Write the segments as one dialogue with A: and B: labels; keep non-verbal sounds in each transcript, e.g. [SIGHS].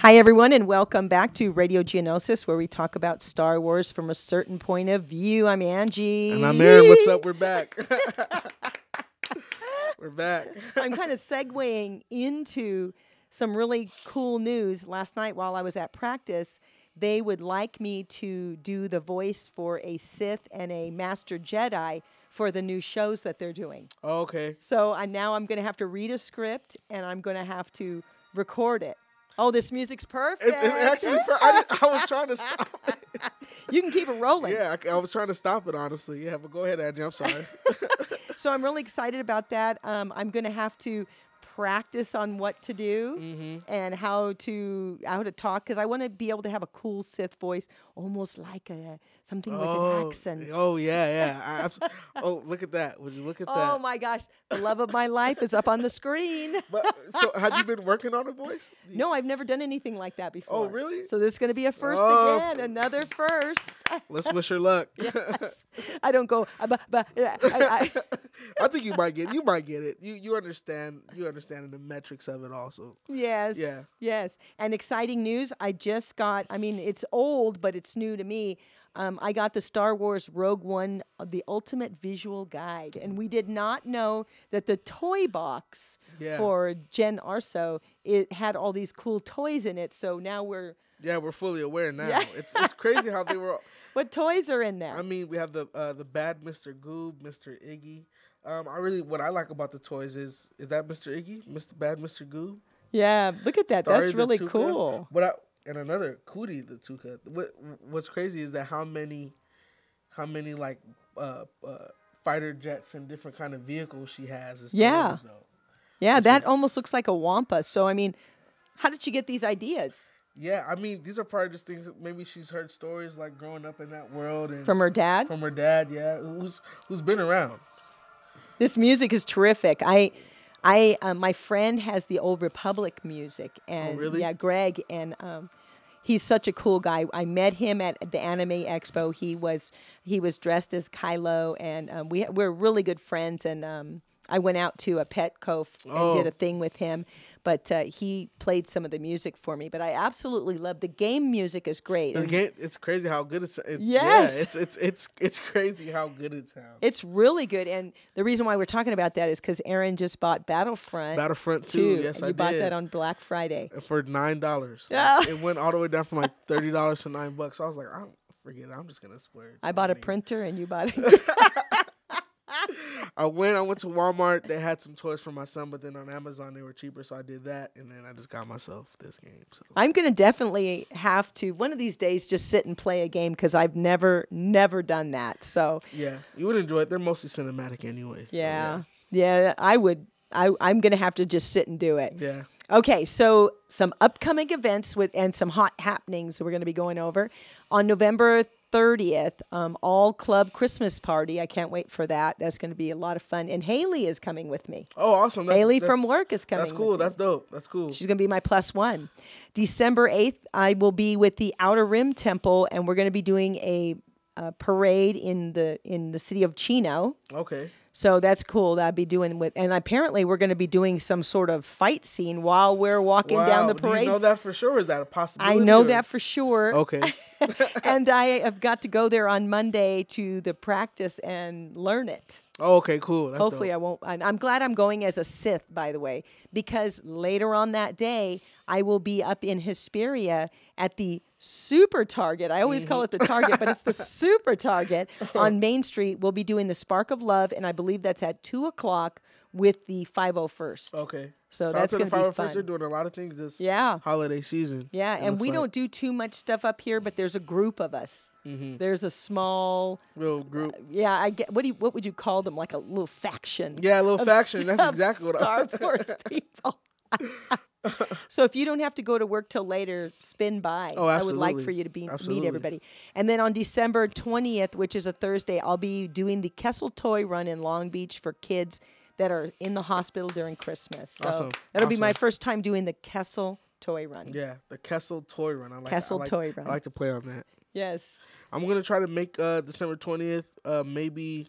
A: Hi, everyone, and welcome back to Radio Geonosis, where we talk about Star Wars from a certain point of view. I'm Angie.
B: And I'm Aaron. What's up? We're [LAUGHS] back. We're back.
A: I'm kind of segueing into some really cool news. Last night, while I was at practice, they would like me to do the voice for a Sith and a Master Jedi for the new shows that they're doing.
B: Oh, Okay.
A: So I, now I'm going to have to read a script and I'm going to have to record it. Oh, this music's perfect.
B: It, it actually, I, didn't- I was trying to stop it.
A: you can keep it rolling.
B: [LAUGHS] Yeah, I, I was trying to stop it, honestly. Yeah, but go ahead, Andrew. I'm [LAUGHS] sorry.
A: So I'm really excited about that. Um, I'm going to have to practice on what to do
B: Mm-hmm.
A: and how to how to talk because I want to be able to have a cool Sith voice, almost like a something with an accent.
B: oh, yeah, yeah. I, abs- oh, look at that. Would you look at that?
A: Oh my gosh, the love of my life is up on the screen.
B: [LAUGHS] But, so, have you been working on a voice? Do you-
A: No, I've never done anything like that before.
B: Oh, really?
A: So this is going to be a first
B: Oh.
A: again, another first. [LAUGHS]
B: Let's wish her [LAUGHS] luck.
A: I don't go, uh, bu- bu- uh, I, I,
B: I think you might get you might get it. You you understand you understand the metrics of it also.
A: Yes. Yes. And exciting news. I just got, I mean, it's old, but it's new to me. Um, I got the Star Wars Rogue One, uh, the ultimate visual guide. And we did not know that the toy box
B: Yeah.
A: for Jen Arso, it had all these cool toys in it. So now we're,
B: Yeah, we're fully aware now.
A: Yeah.
B: It's it's crazy how they were
A: what toys are in there?
B: I mean, we have the uh, the bad Mr. Goob, Mr. Iggy. Um, I really what I like about the toys is is that Mr. Iggy, Mr. Bad Mr. Goob.
A: yeah. Look at that.
B: Starry
A: That's
B: the
A: really
B: Tuca.
A: cool.
B: What I and another Cootie the Tuca. What what's crazy is that how many how many like uh, uh, fighter jets and different kind of vehicles she has. Is
A: Yeah.
B: toys, though.
A: Yeah. That almost looks like a Wampa. So, I mean, how did you get these ideas?
B: Yeah, I mean, these are probably just things that maybe she's heard stories like growing up in that world and
A: From her dad?
B: from her dad, yeah, who's who's been around.
A: This music is terrific. I, I, uh, my friend has the Old Republic music, and
B: Oh, really?
A: yeah, Greg, and um, he's such a cool guy. I met him at the Anime Expo. He was he was dressed as Kylo, and um, we we're really good friends. And um, I went out to a Petco f- and did
B: Oh.
A: a thing with him, but uh, he played some of the music for me. But I absolutely love the game. Music is great.
B: The
A: and
B: game, it's crazy how good it's. It,
A: Yes.
B: yeah, it's it's it's it's crazy how good it sounds.
A: It's really good, and the reason why we're talking about that is because Aaron just bought Battlefront.
B: Battlefront
A: too.
B: two, yes,
A: you
B: I
A: bought
B: did. Oh,
A: that on Black Friday.
B: for nine dollars.
A: [LAUGHS] Yeah.
B: it went all the way down from like thirty dollars to nine bucks. I was like, I'm forget it. I'm just gonna splurge.
A: I bought a
B: mean,
A: printer and you bought
B: [LAUGHS]
A: a
B: I went. I went to Walmart. They had some toys for my son, but then on Amazon they were cheaper, so I did that, and then I just got myself this game. So
A: I'm going to definitely have to one of these days just sit and play a game cuz I've never never done that. So,
B: yeah, you would enjoy it. They're mostly cinematic anyway. so
A: yeah. Yeah, I would I I'm going to have to just sit and do it.
B: yeah. Yeah.
A: Okay, so some upcoming events with and some hot happenings that we're going to be going over on November 30th. Um, all club Christmas party. I can't wait for that. That's going to be a lot of fun. And Haley is coming with me.
B: Oh, awesome! That's,
A: Haley
B: that's-
A: from work is coming.
B: That's
A: with
B: cool.
A: me.
B: That's dope. That's cool.
A: She's going to be my plus one. December 8th, I will be with the Outer Rim Temple, and we're going to be doing a, uh parade in the in the city of Chino.
B: Okay.
A: So that's cool that I'll be doing with, and apparently we're going to be doing some sort of fight scene while we're walking down the
B: Wow, Do
A: parade.
B: you know that for sure? Is that a
A: I
B: possibility?
A: know
B: or-
A: that for sure.
B: Okay.
A: [LAUGHS]
B: [LAUGHS]
A: and I have got to go there on Monday to the practice and learn it.
B: Oh, okay. Cool. That's
A: Hopefully, I won't. And I'm glad I'm going as a Sith, by the way, because later on that day, I will be up in Hesperia at the Super Target. I always call it the Target, but it's the
B: Mm-hmm. [LAUGHS]
A: Super Target on Main Street. We'll be doing the Spark of Love, and I believe that's at two o'clock with the 501st.
B: dope. Okay.
A: So
B: Shout out
A: that's
B: to the
A: gonna be
B: 501st.
A: fun.
B: They're doing a lot of things this
A: Yeah.
B: holiday season.
A: Yeah,
B: it
A: and
B: looks
A: we
B: like.
A: don't do too much stuff up here, but there's a group of us.
B: Mm-hmm.
A: There's a small,
B: little group.
A: yeah. I get what do you, what would you call them? Like a little faction.
B: Yeah, a little
A: of
B: faction.
A: [LAUGHS]
B: That's
A: st- of
B: exactly what I.
A: Star Wars people. [LAUGHS] so if you don't have to go to work till later, spin by.
B: Oh,
A: I would like
B: absolutely.
A: for you to be meet
B: Absolutely.
A: everybody. And then on December 20th, which is a Thursday, I'll be doing the Kessel Toy Run in Long Beach for kids that are in the hospital during Christmas. So
B: Awesome.
A: that'll be my
B: Awesome.
A: first time doing the Kessel Toy Run.
B: [LAUGHS] Yeah, the Kessel Toy Run. I like.
A: Kessel
B: I like,
A: Toy Run.
B: I like to play on that.
A: Yes.
B: I'm gonna try to make uh December 20th, uh maybe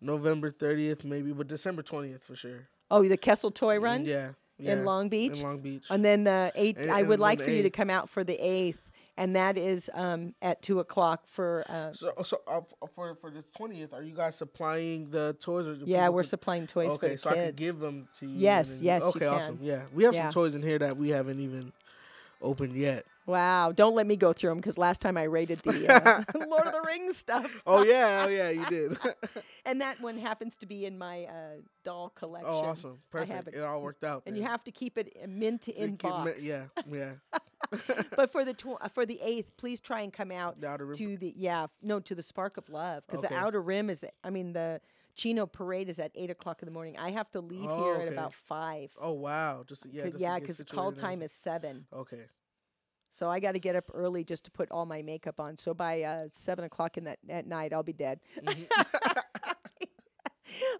B: November 30th, maybe, but December 20th for sure.
A: Oh, the Kessel Toy Run?
B: Yeah. Yeah,
A: in Long Beach.
B: In Long Beach.
A: And then the eight,
B: And-
A: I
B: and
A: would
B: then
A: like
B: the
A: for you to
B: eighth.
A: come out for the eighth, and that is um, at two o'clock for. Uh,
B: So, so uh, f- for for the twentieth, are you guys supplying the toys? Or do
A: yeah,
B: people
A: we're
B: can-
A: supplying toys for
B: Okay,
A: the
B: so
A: kids.
B: I can give them to you. and
A: Yes,
B: then
A: yes, you
B: Okay, awesome.
A: can.
B: Yeah, we have
A: Yeah.
B: some toys in here that we haven't even opened yet.
A: wow! Don't let me go through them because last time I rated the
B: [LAUGHS]
A: uh, [LAUGHS] Lord of the Rings stuff,
B: Oh yeah,
A: [LAUGHS]
B: oh yeah, you did. [LAUGHS]
A: and that one happens to be in my uh, doll collection.
B: oh, awesome, perfect.
A: it.
B: It. all worked out.
A: And you
B: then.
A: have to keep it uh, mint
B: To
A: in
B: keep ma-
A: box.
B: Yeah, yeah.
A: But for the tw- uh, for the eighth, please try and come out
B: The outer rim-
A: to the yeah no to the spark of love because
B: Okay.
A: the outer rim is I mean the Chino parade is at eight o'clock in the morning. I have to leave
B: Oh,
A: here at
B: okay.
A: about five.
B: Oh wow,
A: [LAUGHS]
B: just yeah,
A: Could-
B: just to
A: yeah,
B: get
A: because
B: situated
A: call
B: and
A: time
B: everything.
A: is seven,
B: okay.
A: [LAUGHS] so I got to get up early just to put all my makeup on. So by uh, seven o'clock in that at night, I'll be dead. [LAUGHS]
B: Mm-hmm.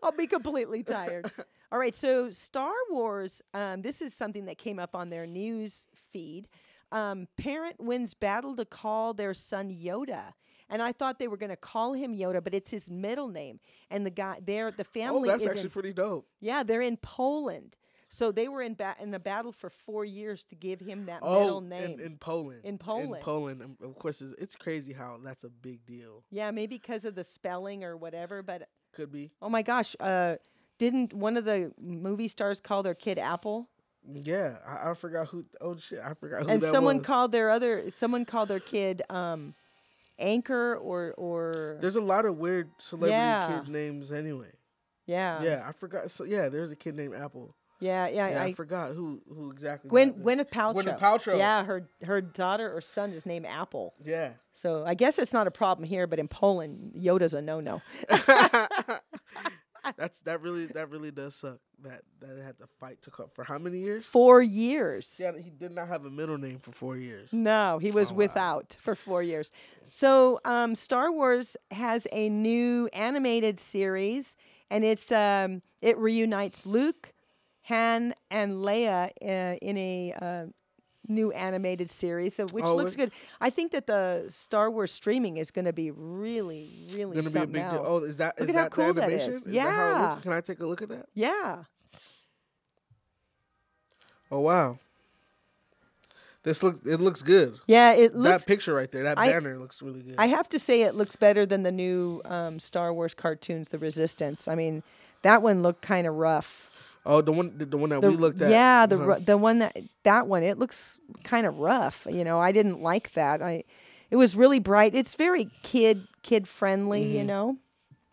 A: I'll be completely
B: [LAUGHS]
A: tired. All right, so Star Wars. Um, this is something that came up on their news feed. Um, parent wins battle to call their son Yoda, and I thought they were going to call him Yoda, but it's his middle name. And the guy there, the
B: Oh,
A: family
B: that's
A: is
B: actually
A: in,
B: pretty dope.
A: yeah, they're in Poland, so they were in ba- in a battle for four years to give him that
B: Oh,
A: middle
B: in,
A: name.
B: in Poland.
A: In Poland.
B: In Poland, um, of course, it's, it's crazy how that's a big deal.
A: yeah, maybe because of the spelling or whatever, but
B: Could be.
A: oh my gosh, uh, didn't one of the movie stars call their kid Apple?
B: Yeah, I, I forgot who. Oh shit, I forgot who
A: and
B: that
A: someone
B: was.
A: called their other someone called their kid um anchor or or
B: There's a lot of weird celebrity
A: Yeah.
B: kid names anyway.
A: yeah
B: yeah, I forgot. So yeah, there's a kid named Apple.
A: yeah yeah,
B: Yeah, I,
A: I,
B: forgot who who exactly.
A: Gwen,
B: that-
A: Gwyneth Paltrow.
B: Gwyneth Paltrow.
A: Yeah, her her daughter or son is named Apple. [LAUGHS]
B: Yeah.
A: So I guess it's not a problem here, but in Poland, Yoda's a no-no. Ah.
B: That's that really that really does suck. That that they had to fight to cut for how many years?
A: Four years.
B: Yeah, he did not have a middle name for four years.
A: No, he
B: Oh,
A: was without for four years. So um, Star Wars has a new animated series, and it's um, it reunites Luke, Han, and Leia uh, in a uh, new animated series, so, which
B: Oh,
A: looks
B: it-
A: good. I think that the Star Wars streaming is going to be really, really
B: Gonna be a
A: something
B: big deal.
A: else.
B: Oh, is that is
A: Look at how
B: that
A: cool
B: the
A: that
B: animation?
A: is.
B: that how it looks?
A: Yeah.
B: Can I take a look at that?
A: Yeah,
B: Oh wow. This look it looks good.
A: yeah, it looks.
B: that picture right there, that
A: I-
B: banner looks really good.
A: I have to say, it looks better than the new um, Star Wars cartoons, The Resistance. I mean, that one looked kind of rough.
B: oh, the one the, the one that
A: The-
B: we looked at.
A: Yeah, the
B: Uh-huh.
A: ru- the one that that one it looks kind of rough. You know, I didn't like that. I it was really bright. It's very kid kid friendly.
B: Mm-hmm.
A: You know.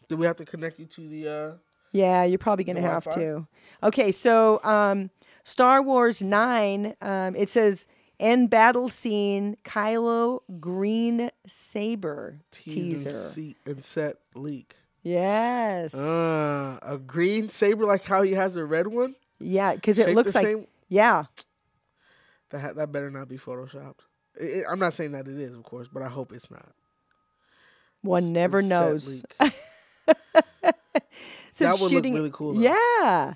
B: Do we have to connect you to the uh
A: Yeah, you're probably gonna
B: The
A: have
B: Wi-Fi?
A: to. Okay, so um, Star Wars Nine. Um, it says end battle scene Kylo green saber
B: tease
A: teaser.
B: And, see, and set leak?
A: Yes.
B: Uh, a green saber like how he has a red one.
A: yeah, because it
B: shaped
A: looks
B: the
A: like
B: same?
A: yeah.
B: That ha- that better not be photoshopped. I I- I'm not saying that it is, of course, but I hope it's not.
A: One never
B: It's set
A: knows. [LAUGHS]
B: leak.
A: since
B: That would look
A: shooting,
B: really cool, though.
A: Yeah,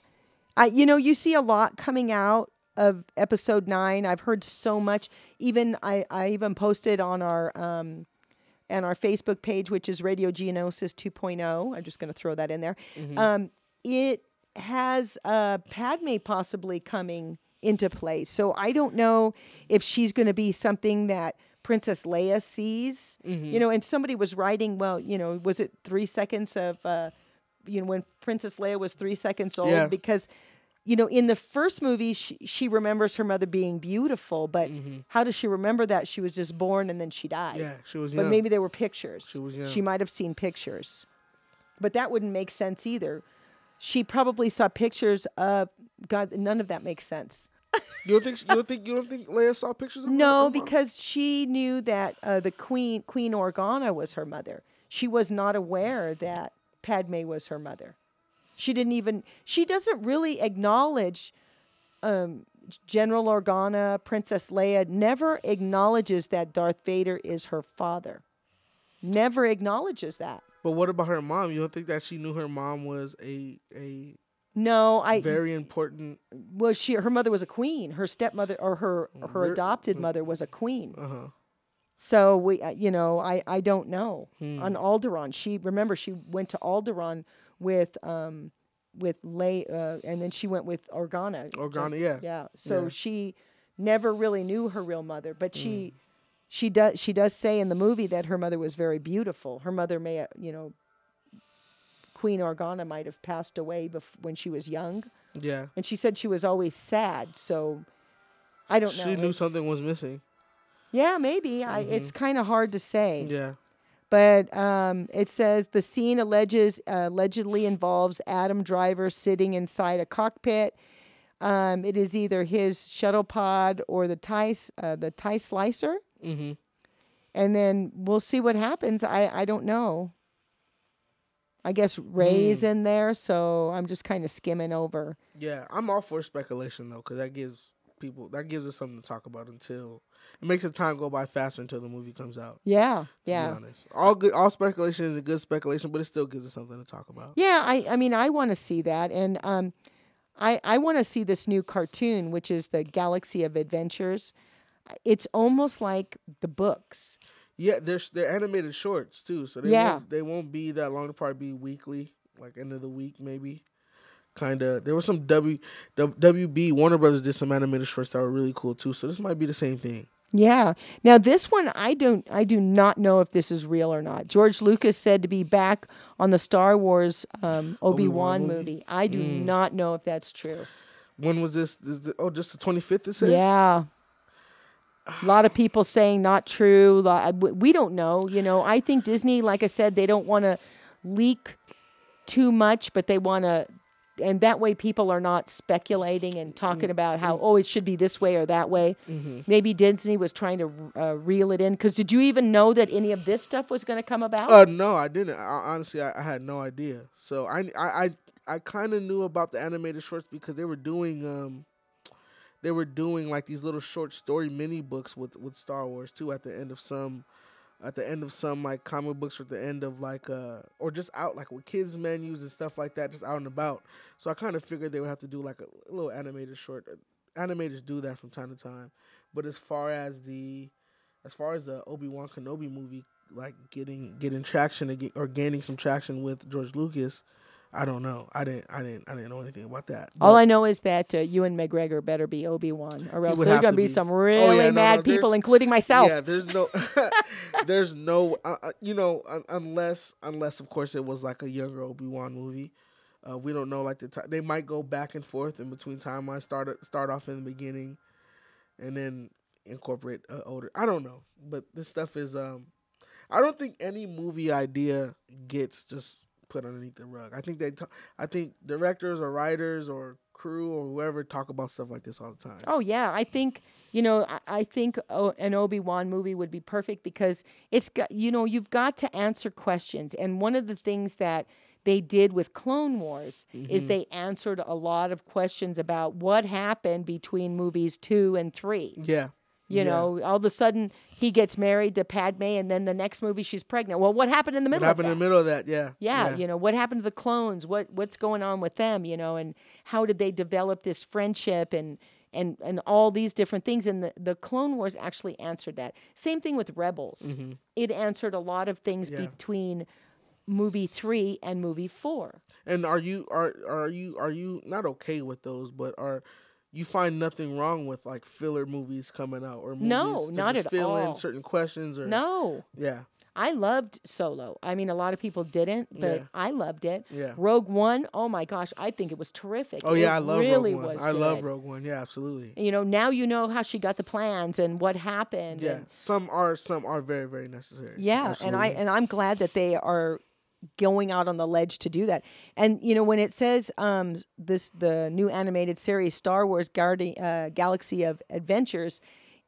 A: I you know you see a lot coming out of episode nine. I've heard so much. Even I I even posted on our um and our Facebook page, which is Radio Geonosis 2.0. I'm just going to throw that in there.
B: Mm-hmm.
A: Um, it has uh, Padme possibly coming into play. So I don't know if she's going to be something that Princess Leia sees.
B: Mm-hmm.
A: You know, and somebody was writing, well, you know, was it three seconds of, uh, you know, when Princess Leia was three seconds old?
B: Yeah.
A: Because. You know, in the first movie, she, she remembers her mother being beautiful, but how does she remember that? She was just born and then she died
B: Mm-hmm. Yeah, she was
A: but
B: young.
A: maybe there were pictures. She,
B: was young.
A: might have seen pictures, but that wouldn't make sense either. She probably saw pictures of God. None of that makes sense.
B: you don't think you don't think you don't think Leia saw pictures of her- her
A: No,
B: mom?
A: because she knew that uh, the queen, Queen Organa, was her mother. She was not aware that Padme was her mother. She didn't even. She doesn't really acknowledge um, General Organa. Princess Leia never acknowledges that Darth Vader is her father. Never acknowledges that.
B: But what about her mom? You don't think that she knew her mom was a a
A: No, I
B: very important
A: well, she her mother was a queen. Her stepmother or her or her
B: We're-
A: adopted mother was a queen.
B: uh-huh.
A: So we, uh, you know, I I
B: Hmm.
A: don't know on Alderon. She remember she went to Alderon with um, with lay uh, and then she went with Organa.
B: Organa, yeah.
A: Yeah. So
B: Yeah.
A: she never really knew her real mother, but
B: Hmm.
A: she she does she does say in the movie that her mother was very beautiful. Her mother may uh, you know Queen Organa might have passed away bef- when she was young,
B: Yeah.
A: and she said she was always sad. So I don't know.
B: She knew
A: It's-
B: something was missing.
A: Yeah, maybe. I, it's kind of hard to say
B: Yeah.
A: but um, it says the scene alleges uh, allegedly involves Adam Driver sitting inside a cockpit. Um, it is either his shuttle pod or the tie s- uh, the tie slicer,
B: Mm-hmm.
A: and then we'll see what happens. I I don't know. I guess
B: Hmm.
A: Ray's in there, so I'm just kind of skimming over.
B: Yeah, I'm all for speculation though, because that gives people that gives us something to talk about until it makes the time go by faster until the movie comes out.
A: Yeah,
B: to be
A: yeah.
B: honest. all good, all speculation is a good speculation, but it still gives us something to talk about.
A: Yeah, I, I mean, I want to see that, and um, I I want to see this new cartoon, which is the Galaxy of Adventures. It's almost like the books.
B: Yeah, they're sh- they're animated shorts too, so they
A: Yeah.
B: won't, they won't be that long. They'll probably be weekly, like end of the week maybe. Kind of. There was some W W- WB Warner Brothers did some animated shorts that were really cool too. So this might be the same thing.
A: Yeah. Now this one, I don't, I do not know if this is real or not. George Lucas said to be back on the Star Wars um, Obi Wan movie. Mm.
B: movie?
A: I do not know if that's true.
B: When was this? this the, oh, just the twenty fifth. It says.
A: Yeah. A lot
B: [SIGHS]
A: of people saying not true. Lo- I- w- We don't know. You know, I think Disney, like I said, they don't want to leak too much, but they want to, and that way people are not speculating and
B: Mm-hmm.
A: talking about how, oh, it should be this way or that way. Maybe Disney was trying to uh, reel it in. Because did you even know that any of this stuff was going to come about?
B: Uh, no, I didn't. I, honestly, I, I had no idea. So I, I, I, I kind of knew about the animated shorts because they were doing, um, they were doing like these little short story mini books with with Star Wars too. At the end of some, at the end of some like comic books, or at the end of like, uh, or just out like with kids menus and stuff like that, just out and about. So I kind of figured they would have to do like a little animated short. Animators do that from time to time, but as far as the as far as the Obi Wan Kenobi movie, like getting getting traction ag- or gaining some traction with George Lucas, I don't know. I didn't. I didn't. I didn't know anything about that.
A: All
B: But
A: I know is that uh, you and McGregor better be Obi Wan, or else
B: would
A: there are
B: have
A: going to
B: to
A: be
B: be.
A: some
B: Oh, yeah,
A: really
B: no, no,
A: mad people,
B: there's-
A: including myself.
B: yeah, there's no, [LAUGHS] there's no, uh, uh, you know, un- unless unless of course it was like a younger Obi Wan movie. Uh, we don't know like the time they might go back and forth in between timelines. Start start off in the beginning, and then incorporate uh, older. I don't know, but this stuff is. um I don't think any movie idea gets just put underneath the rug. I think they, t- I think directors or writers or crew or whoever talk about stuff like this all the time.
A: Oh yeah, I think you know. I, I think o- an Obi Wan movie would be perfect because it's got you know you've got to answer questions, and one of the things that they did with Clone Wars is
B: Mm-hmm.
A: they answered a lot of questions about what happened between movies two and three.
B: Yeah,
A: You
B: Yeah.
A: know, all of a sudden he gets married to Padme, and then the next movie she's pregnant. Well, what happened in the
B: what
A: middle?
B: happened
A: of
B: in
A: that?
B: the middle of that? Yeah,
A: yeah, you know what happened to the clones what what's going on with them you know and how did they develop this friendship and and and all these different things and the, the clone wars actually answered that same thing with rebels it answered a lot of things
B: Mm-hmm. Yeah.
A: between movie 3 and movie 4
B: And are you are are you are you not okay with those? But are you find nothing wrong with like filler movies coming out or movies
A: No,
B: to
A: not
B: just
A: at
B: fill
A: all.
B: in certain questions or
A: no
B: yeah
A: I loved Solo. I mean, a lot of people didn't, but
B: Yeah.
A: I loved it.
B: Yeah.
A: Rogue One, oh my gosh, I think it was terrific.
B: oh
A: It
B: yeah I love
A: really
B: Rogue One
A: was
B: I love
A: good.
B: Rogue One yeah absolutely
A: You know, now you know how she got the plans and what happened.
B: yeah
A: and-
B: some are some are very very necessary
A: Yeah, and I
B: Absolutely.
A: and I'm glad that they are going out on the ledge to do that. And you know, when it says um, s- this the new animated series Star Wars Guardi- uh, Galaxy of Adventures,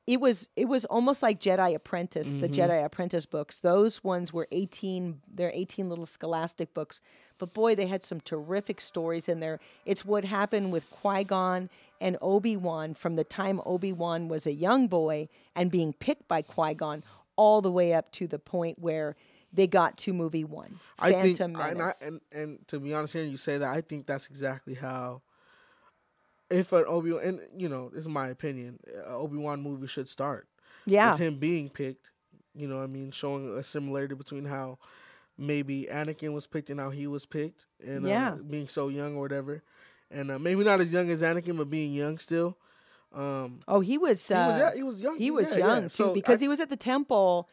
A: it was it was almost like Jedi Apprentice, the Jedi Apprentice books. Those ones were 18 they're 18 little scholastic books. But boy, they had some terrific stories in there. It's what happened with Qui-Gon and Obi-Wan from the time Obi-Wan was a young boy and being picked by Qui-Gon all the way up to the point where they got to movie one, Phantom
B: I-
A: Menace.
B: and, I, and and to be honest, hearing you say that, I think that's exactly how. If an Obi and you know, this is my opinion, a Obi Wan movie should start.
A: Yeah.
B: with him being picked, you know, what I mean, showing a similarity between how maybe Anakin was picked and how he was picked, and
A: Yeah.
B: uh, being so young or whatever, and uh, maybe not as young as Anakin, but being young still. Um,
A: Oh, he was.
B: he was,
A: Uh,
B: yeah, he was young.
A: he was
B: yeah, yeah.
A: young too
B: So
A: because
B: I,
A: he was at the temple,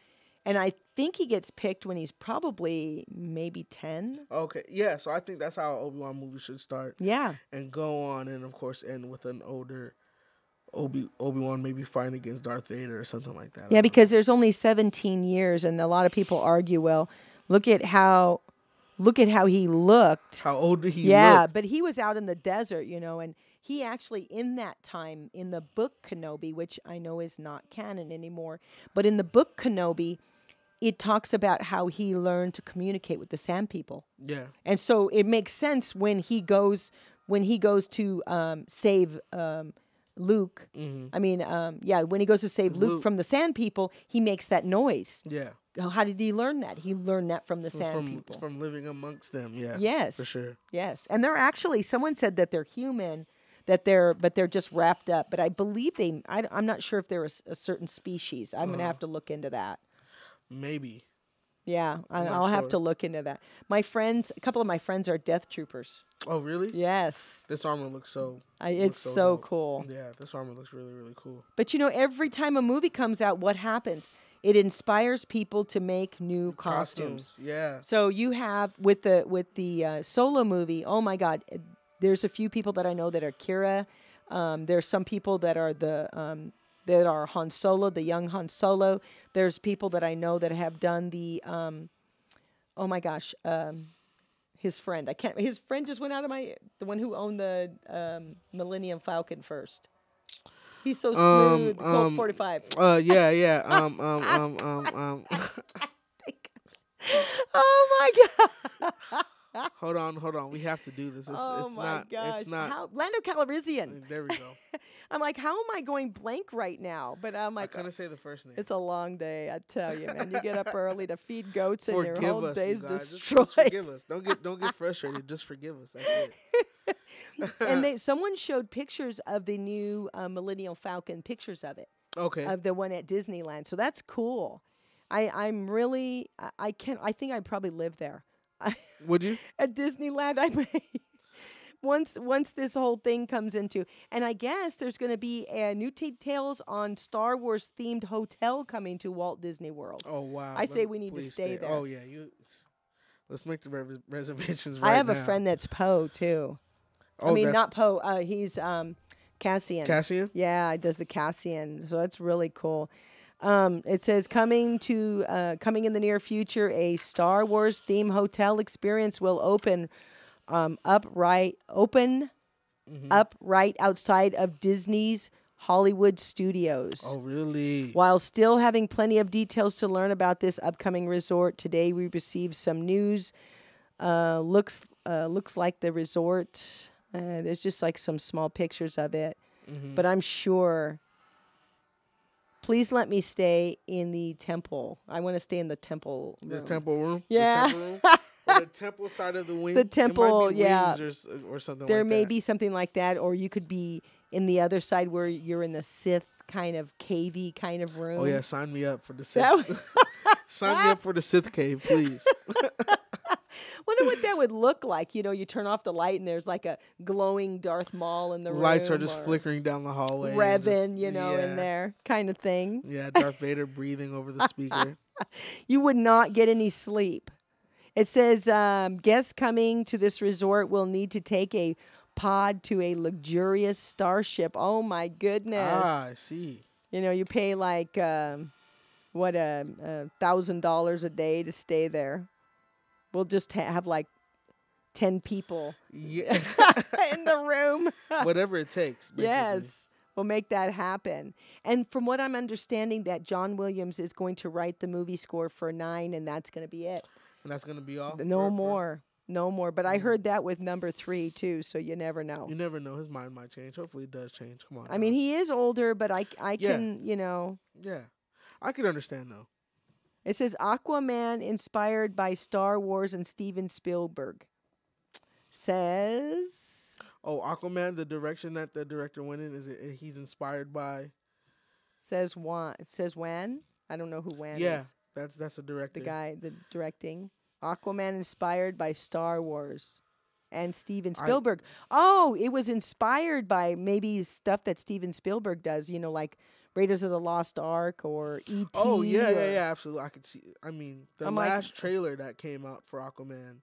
A: and I think he gets picked when he's probably maybe ten.
B: okay, yeah. So I think that's how Obi Wan movie should start
A: Yeah,
B: and go on, and of course end with an older Obi Obi Wan maybe fighting against Darth Vader or something like that.
A: yeah, because there's only 17 years, and a lot of people argue, well, look at how, look at how he looked.
B: how old did he
A: yeah,
B: look?
A: but he was out in the desert, you know, and he actually in that time in the book Kenobi, which I know is not canon anymore, but in the book Kenobi, it talks about how he learned to communicate with the Sand People.
B: Yeah,
A: and so it makes sense when he goes when he goes to um, save um, Luke. I mean, um, yeah, when he goes to save Luke,
B: Mm-hmm. Luke.
A: from the Sand People, he makes that noise.
B: yeah.
A: How- How did he learn that? He learned that from the
B: It's
A: Sand
B: from
A: People.
B: it's from living amongst them. Yeah.
A: yes,
B: for sure.
A: Yes, and they're actually someone said that they're human, that they're but they're just wrapped up. But I believe they. I, am not sure if they're a, s- a certain species. I'm
B: Mm.
A: gonna have to look into that.
B: Maybe.
A: Yeah, I,
B: not
A: I'll have
B: sure.
A: to look into that. My friends, a couple of my friends are death troopers.
B: Oh, really?
A: Yes.
B: This armor looks so.
A: I,
B: looks
A: it's so,
B: dope.
A: cool.
B: Yeah, this armor looks really, really cool.
A: But you know, every time a movie comes out, what happens? It inspires people to make new costumes.
B: Yeah.
A: So you have with the with the uh, solo movie. Oh my God, uh, there's a few people that I know that are Kira. Um, there's some people that are the um, that are Han Solo, the young Han Solo. There's people that I know that have done the. Um, oh my gosh, um, his friend. I can't. His friend just went out of my. The one who owned the um, Millennium Falcon first. He's so
B: Um,
A: smooth. Colt
B: um, [LAUGHS]
A: 45.
B: Uh, yeah, yeah. Um, um, um, um, um.
A: [LAUGHS]
B: [LAUGHS]
A: Oh my God.
B: hold on, hold on. We have to do this. It's,
A: oh
B: it's
A: my
B: not.
A: gosh.
B: It's not.
A: How, Lando Calrissian.
B: There
A: [LAUGHS]
B: we go.
A: I'm like, how am I going blank right now? But I'm
B: I
A: like,
B: couldn't say the first name.
A: it's a long day, I tell you, man. You get up early to feed goats, and
B: forgive
A: your whole
B: us, you
A: day's
B: guys. Just-
A: destroyed.
B: Just forgive us. Don't get
A: [LAUGHS]
B: don't get frustrated. Just forgive us. That's it. [LAUGHS]
A: and they, someone showed pictures of the new uh, Millennial Falcon, pictures of it,
B: Okay.
A: of the one at Disneyland. So that's cool. I, I'm really, I, I can I think I probably live there. [LAUGHS]
B: Would you?
A: at Disneyland. I [LAUGHS] may. Once once this whole thing comes into, and I guess there's going to be a new t- tales on Star Wars themed hotel coming to Walt Disney World.
B: Oh wow.
A: I
B: Let
A: say
B: me-
A: we need to
B: please
A: stay there.
B: Oh yeah. You. Let's make the res- reservations right
A: I have a
B: now.
A: friend that's Poe too.
B: Oh,
A: I mean,
B: that's
A: not Poe. Uh, he's um, Cassian.
B: Cassian.
A: Yeah, it does the Cassian. So that's really cool. Um, it says coming to uh, coming in the near future, a Star Wars theme hotel experience will open um, upright open
B: Mm-hmm.
A: up right outside of Disney's Hollywood studios.
B: Oh really?
A: While still having plenty of details to learn about this upcoming resort, today we received some news. Uh, looks uh, looks like the resort. Uh, there's just like some small pictures of it,
B: Mm-hmm.
A: but I'm sure. Please let me stay in the temple. I want to stay in the temple.
B: The
A: room.
B: temple room.
A: Yeah.
B: The temple, room?
A: [LAUGHS]
B: Or the temple side of the wing. It might be
A: temple, yeah.
B: wings or, s- or something.
A: there
B: like
A: may
B: that.
A: be something like that, or you could be in the other side where you're in the Sith kind of cavey kind of room.
B: Oh yeah, sign me up for the Sith.
A: That would-
B: sign me up for the Sith cave,
A: [LAUGHS]
B: please.
A: Wonder what that would look like. You know, you turn off the light and there's like a glowing Darth Maul in the room.
B: Lights are just
A: or
B: flickering down the hallway. and just-
A: Revan, you know,
B: yeah.
A: in there kind of thing.
B: Yeah, Darth Vader breathing
A: [LAUGHS]
B: over the speaker. Mm.
A: You would not get any sleep. It says um, guests coming to this resort will need to take a pod to a luxurious starship. Oh my goodness!
B: ah, I see.
A: You know, you pay like um, what a thousand dollars a day to stay there. We'll just ha- have like ten
B: [LAUGHS]
A: people [LAUGHS]
B: Yeah,
A: in the room.
B: whatever it takes. Basically.
A: Yes. We'll make that happen. And from what I'm understanding, that John Williams is going to write the movie score for nine, and that's going to be it.
B: and that's gonna be all.
A: No
B: for- for-
A: more. No more. But I heard that with number three, too, so you never know.
B: Hmm. You never know. His mind might change. Hopefully, it does change. Come on.
A: I mean,
B: now.
A: he is older, but I, I
B: Yeah.
A: can, you know.
B: yeah, I could understand though.
A: It says Aquaman inspired by Star Wars and Steven Spielberg. Says.
B: Oh, Aquaman, the direction that the director went in is it, he's inspired by.
A: Says when? Says when? I don't know who when
B: yeah,
A: is.
B: that's that's a director.
A: The guy, the directing. Aquaman inspired by Star Wars and Steven Spielberg. oh, it was inspired by maybe stuff that Steven Spielberg does, you know, like Raiders of the Lost Ark or E.T.
B: Oh yeah,
A: or-
B: yeah, yeah, absolutely. I could see. I mean, the
A: I'm like-
B: last trailer that came out for Aquaman,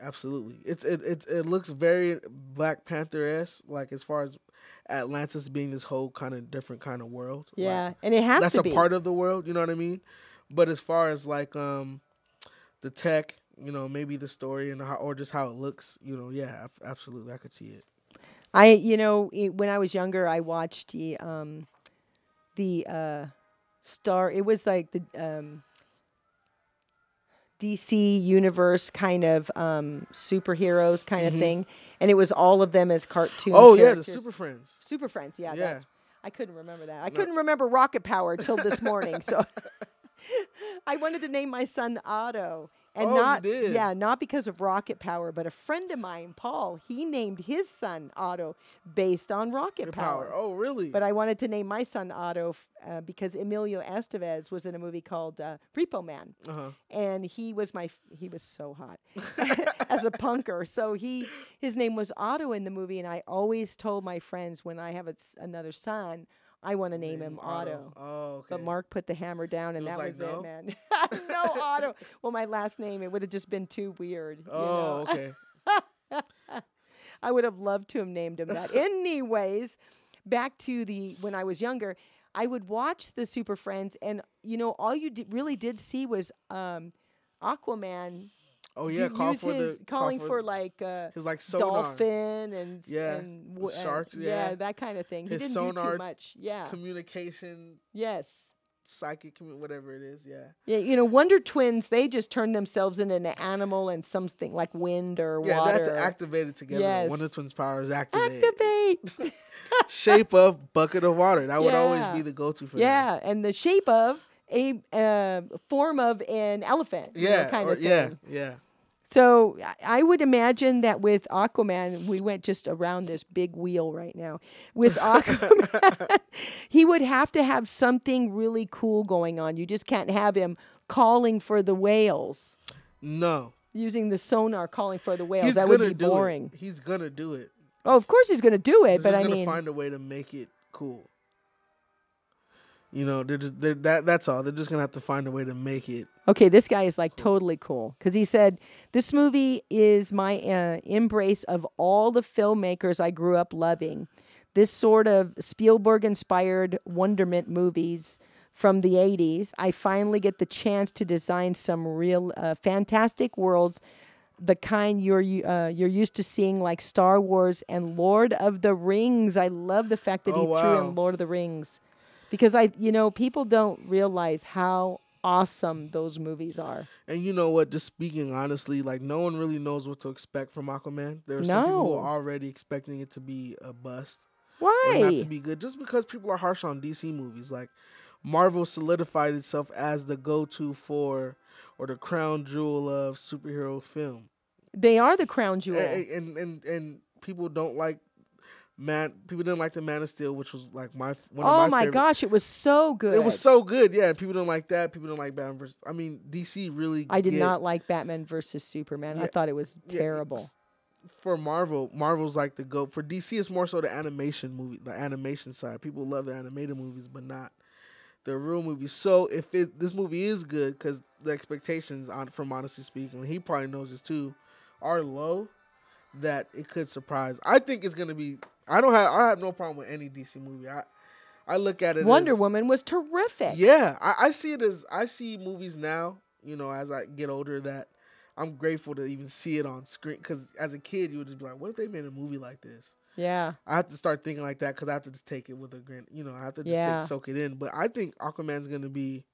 B: absolutely. It's it it, it looks very Black Panther esque, like as far as Atlantis being this whole kind of different kind of world. like,
A: Yeah, and it has
B: that's
A: to
B: a
A: be.
B: part of the world. You know what I mean? But as far as like um, the tech, you know, maybe the story and how, or just how it looks, you know, yeah, ab- absolutely, I could see it.
A: I, you know, i when I was younger, I watched the, um, the uh, Star. It was like the um, DC universe kind of um, superheroes kind of thing, and it was all of them as cartoon.
B: Mm-hmm. Oh yeah, the
A: characters.
B: Super Friends.
A: Super Friends. Yeah,
B: Yeah.
A: That, I couldn't remember that. I couldn't remember Rocket Power till this morning.
B: [LAUGHS]
A: So [LAUGHS] I wanted to name my son Otto. And
B: Oh, you
A: not
B: did.
A: yeah, not because of Rocket Power, but a friend of mine, Paul, he named his son Otto based on Rocket
B: The
A: Power.
B: power. Oh really?
A: But I wanted to name my son Otto f- uh, because Emilio Estevez was in a movie called uh, Repo Man,
B: uh huh.
A: and he was my f- he was so
B: [LAUGHS]
A: hot [LAUGHS] as a punker. So he his name was Otto in the movie, and I always told my friends when I have a s another son, I want to name, him um, Otto.
B: Oh, okay.
A: But Mark put the hammer down, and
B: was
A: that
B: like,
A: was
B: "No?"
A: it, man. [LAUGHS] no Otto. Well, my last name it would have just been too weird. you
B: Oh,
A: know? [LAUGHS]
B: okay.
A: I would have loved to have named him
B: [LAUGHS]
A: that. Anyways, back to the when I was younger, I would watch the Super Friends, and you know, all you di- really did see was um, Aquaman.
B: Oh yeah,
A: do-
B: call
A: use
B: for
A: his,
B: the call
A: calling
B: for,
A: for, like uh,
B: his like sonar,
A: dolphin and s-
B: Yeah,
A: and
B: the
A: w- uh,
B: sharks, yeah.
A: that kind of thing. He
B: His
A: didn't do
B: sonar
A: too much. Yeah.
B: communication,
A: yes.
B: psychic, commu- whatever it is. Yeah,
A: Yeah, you know, Wonder Twins, they just turned themselves into an animal and something like wind or
B: yeah,
A: water.
B: that's activated together. One of
A: Yes.
B: the twins' powers activated.
A: Activate.
B: Shape of bucket of water. That would always
A: Yeah.
B: be the go-to for them.
A: Yeah, and the shape of a uh, form of an elephant. you know,
B: Yeah,
A: kind
B: or-
A: of thing.
B: yeah, yeah.
A: So I- I would imagine that with Aquaman, we went just around this big wheel right now.
B: [LAUGHS]
A: With Aquaman, [LAUGHS] he would have to have something really cool going on. You just can't have him calling for the whales
B: No,
A: using the sonar, calling for the whales.
B: he's
A: that
B: gonna
A: would be
B: do
A: boring.
B: it. He's gonna do it.
A: Oh, of course he's going to do it,
B: They're
A: but
B: just
A: I
B: gonna
A: mean,
B: find a way to make it cool. You know, they're just, they're, that that's all. They're just gonna have to find a way to make it.
A: Okay, this guy is like totally cool because he said, This movie is my uh, embrace of all the filmmakers I grew up loving. This sort of Spielberg inspired wonderment movies from the 80s. I finally get the chance to design some real uh, fantastic worlds, the kind you're, u- uh, you're used to seeing, like Star Wars and Lord of the Rings. I love the fact that
B: Oh,
A: he threw
B: wow.
A: in Lord of the Rings because I, you know, people don't realize how awesome those movies are.
B: And you know what? Just speaking honestly, like no one really knows what to expect from Aquaman. There are some people who
A: No.
B: are already expecting it to be a bust or not to
A: Why?
B: be good, just because people are harsh on DC movies. Like Marvel solidified itself as the go-to for or the crown jewel of superhero film,
A: They are the crown jewel.
B: A- a- and and and people don't like. Man, people didn't like the Man of Steel, which was like my one of
A: oh my,
B: my, favorite
A: gosh, it was so good.
B: It was so good, yeah. People didn't like that. People didn't like Batman versus. I mean, DC really.
A: I did
B: get-
A: not like Batman versus Superman. I
B: Yeah,
A: thought it was
B: yeah,
A: terrible.
B: it's- for Marvel, Marvel's like the go for DC. It's more so the animation movie, the animation side. People love the animated movies, but not the real movies. So if it, this movie is good, because the expectations on from honestly speaking, he probably knows this too, are low. That it could surprise. I think it's gonna be. I don't have. I have no problem with any DC movie. I I look at it.
A: Wonder
B: as,
A: Woman was terrific.
B: Yeah, I, I see it as I see movies now. You know, as I get older, that I'm grateful to even see it on screen. Because as a kid, you would just be like, "What if they made a movie like this?"
A: Yeah.
B: I have to start thinking like that because I have to just take it with a grin. You know, I have to just
A: Yeah.
B: take, soak it in. But I think Aquaman's gonna be.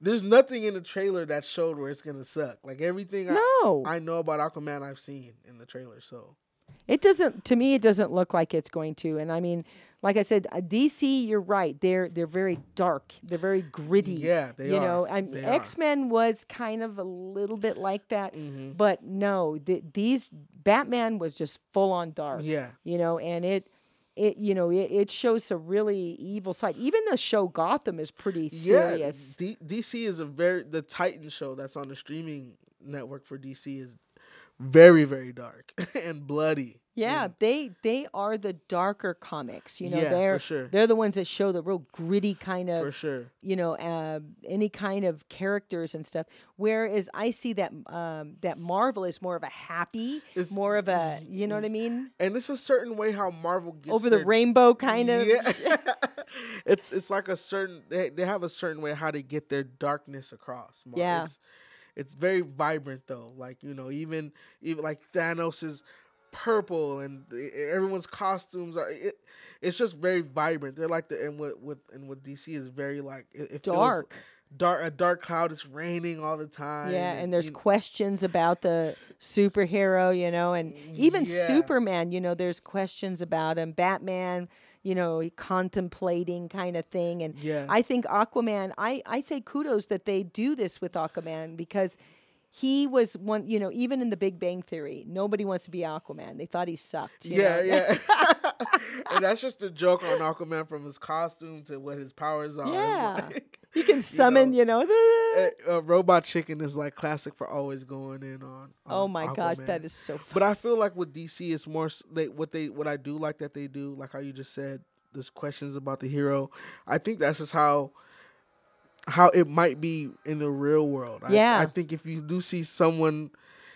B: There's nothing in the trailer that showed where it's gonna suck. Like everything
A: No.
B: I, I know about Aquaman, I've seen in the trailer. So
A: It doesn't to me it doesn't look like it's going to. And I mean, like I said, uh, DC, you're right. They're they're very dark. They're very gritty.
B: Yeah, they
A: you
B: are.
A: know, I'm
B: They are. Mm-hmm.
A: X-Men was kind of a little bit like that, but no, th- these Batman was just full on dark.
B: yeah,
A: you know and it it you know it, it shows a really evil side even the show gotham is pretty serious
B: Yeah, D- DC is a very the Titan show that's on the streaming network for DC is very very dark [LAUGHS] and bloody.
A: Yeah, they they are the darker comics. You know,
B: Yeah, for
A: they're
B: sure.
A: they're the ones that show the real gritty kind of
B: for sure.
A: you know uh, any kind of characters and stuff. Whereas I see that um, that Marvel is more of a happy,
B: It's-
A: more of a you know what I mean,
B: And it's a certain way how Marvel gets
A: over the
B: their-
A: rainbow kind of. [LAUGHS]
B: Yeah. [LAUGHS] it's it's like a certain they, they have a certain way how to get their darkness across. Marvel.
A: Yeah.
B: It's, it's very vibrant though. Like, you know, even even like Thanos is purple and e- everyone's costumes are it, it's just very vibrant. They're like the and what with and what DC is very like it, it feels
A: Dark.
B: Dark a dark cloud is raining all the time.
A: Yeah, and there's
B: you-
A: questions about the superhero, you know, and even
B: Yeah.
A: Superman, you know, there's questions about him. Batman, you know, contemplating kind of thing. And
B: Yeah.
A: I think Aquaman, I, I say kudos that they do this with Aquaman because he was one, you know, even in the Big Bang Theory, nobody wants to be Aquaman. They thought he sucked. you
B: Yeah,
A: know?
B: yeah. [LAUGHS] and that's just a joke on Aquaman from his costume to what his powers are. It's
A: Yeah.
B: like-
A: [LAUGHS]
B: [LAUGHS]
A: You can summon,
B: know,
A: you know, [LAUGHS]
B: uh, uh, Robot Chicken is like classic for always going in on. on
A: oh my gosh, that
B: um, Aquaman.
A: is so funny.
B: But I feel like with DC, it's more s- they, what they what I do like that they do, like how you just said, there's questions about the hero. I think that's just how how it might be in the real world. I,
A: Yeah.
B: I think if you do see someone,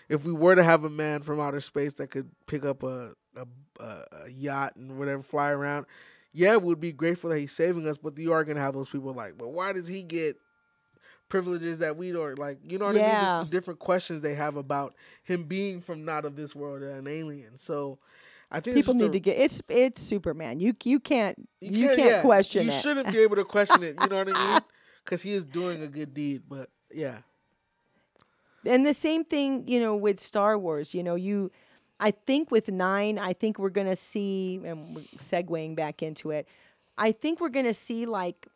B: if we were to have a man from outer space that could pick up a a, a, a yacht and whatever, fly around. Yeah, we'd be grateful that he's saving us, but you are gonna have those people like, but why does he get privileges that we don't like? You know what I mean? Just
A: Yeah.
B: the different questions they have about him being from not of this world and an alien. So I think it's
A: People
B: just
A: need
B: a-
A: to get it's it's Superman. You you can't you, can't,
B: yeah.
A: question
B: You
A: it.
B: shouldn't be able to question it. You know what
A: [LAUGHS]
B: I mean? Because he is doing a good deed. But yeah,
A: And the same thing, you know, with Star Wars. You know, you, I think with nine, I think we're gonna see, and we're segueing back into it. I think we're gonna see like,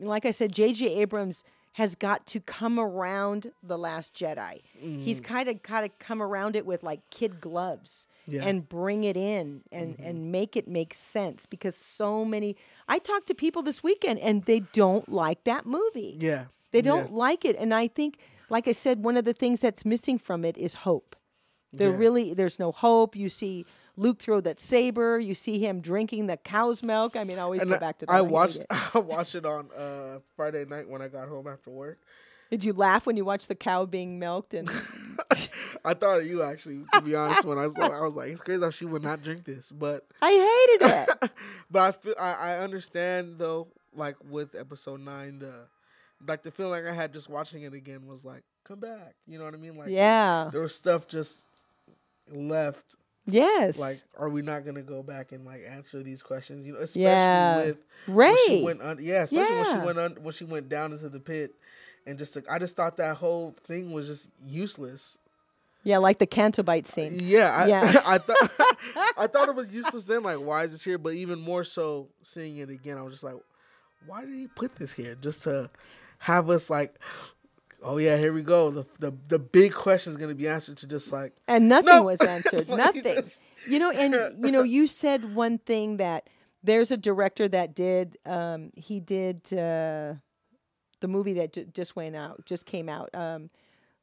A: like I said, J.J. Abrams has got to come around the Last Jedi. He's kind of kind of come around it with like kid gloves.
B: Yeah.
A: And bring it in and, and make it make sense because so many I talked to people this weekend and they don't like that movie.
B: yeah,
A: They
B: Yeah.
A: don't like it. And I think, like I said, one of the things that's missing from it is hope. There
B: Yeah.
A: really there's no hope. You see Luke throw that saber, you see him drinking the cow's milk. I mean, I always
B: And
A: go
B: I-
A: back to that.
B: I
A: hate
B: watched
A: it.
B: [LAUGHS] I watched it on uh, Friday night when I got home after work.
A: Did you laugh when you watched the cow being milked and [LAUGHS]
B: I thought of you actually, to be honest. When I saw it, I was like, it's crazy how she would not drink this, but
A: I hated it.
B: [LAUGHS] but I feel I, I understand though, like with episode nine, the like the feeling I had just watching it again was like, come back. You know what I mean? Like
A: Yeah.
B: there was stuff just left.
A: Yes.
B: Like, are we not gonna go back and like answer these questions? You know, especially
A: Yeah.
B: with
A: Ray.
B: when she went un- yeah, especially when
A: Yeah.
B: she went un- when she went down into the pit, and just like, I just thought that whole thing was just useless.
A: yeah, like the Cantobite scene.
B: Yeah, I,
A: Yeah.
B: [LAUGHS] I thought
A: [LAUGHS]
B: I thought it was useless then. Like, why is this here? But even more so, seeing it again, I was just like, why did he put this here? Just to have us like, oh yeah, here we go. The the, the big question is gonna be answered to just like,
A: And nothing
B: No. [LAUGHS]
A: was answered.
B: Like,
A: nothing.
B: this-
A: You know, and you know, you said one thing that there's a director that did. Um, he did uh, the movie that j- just went out, just came out, um,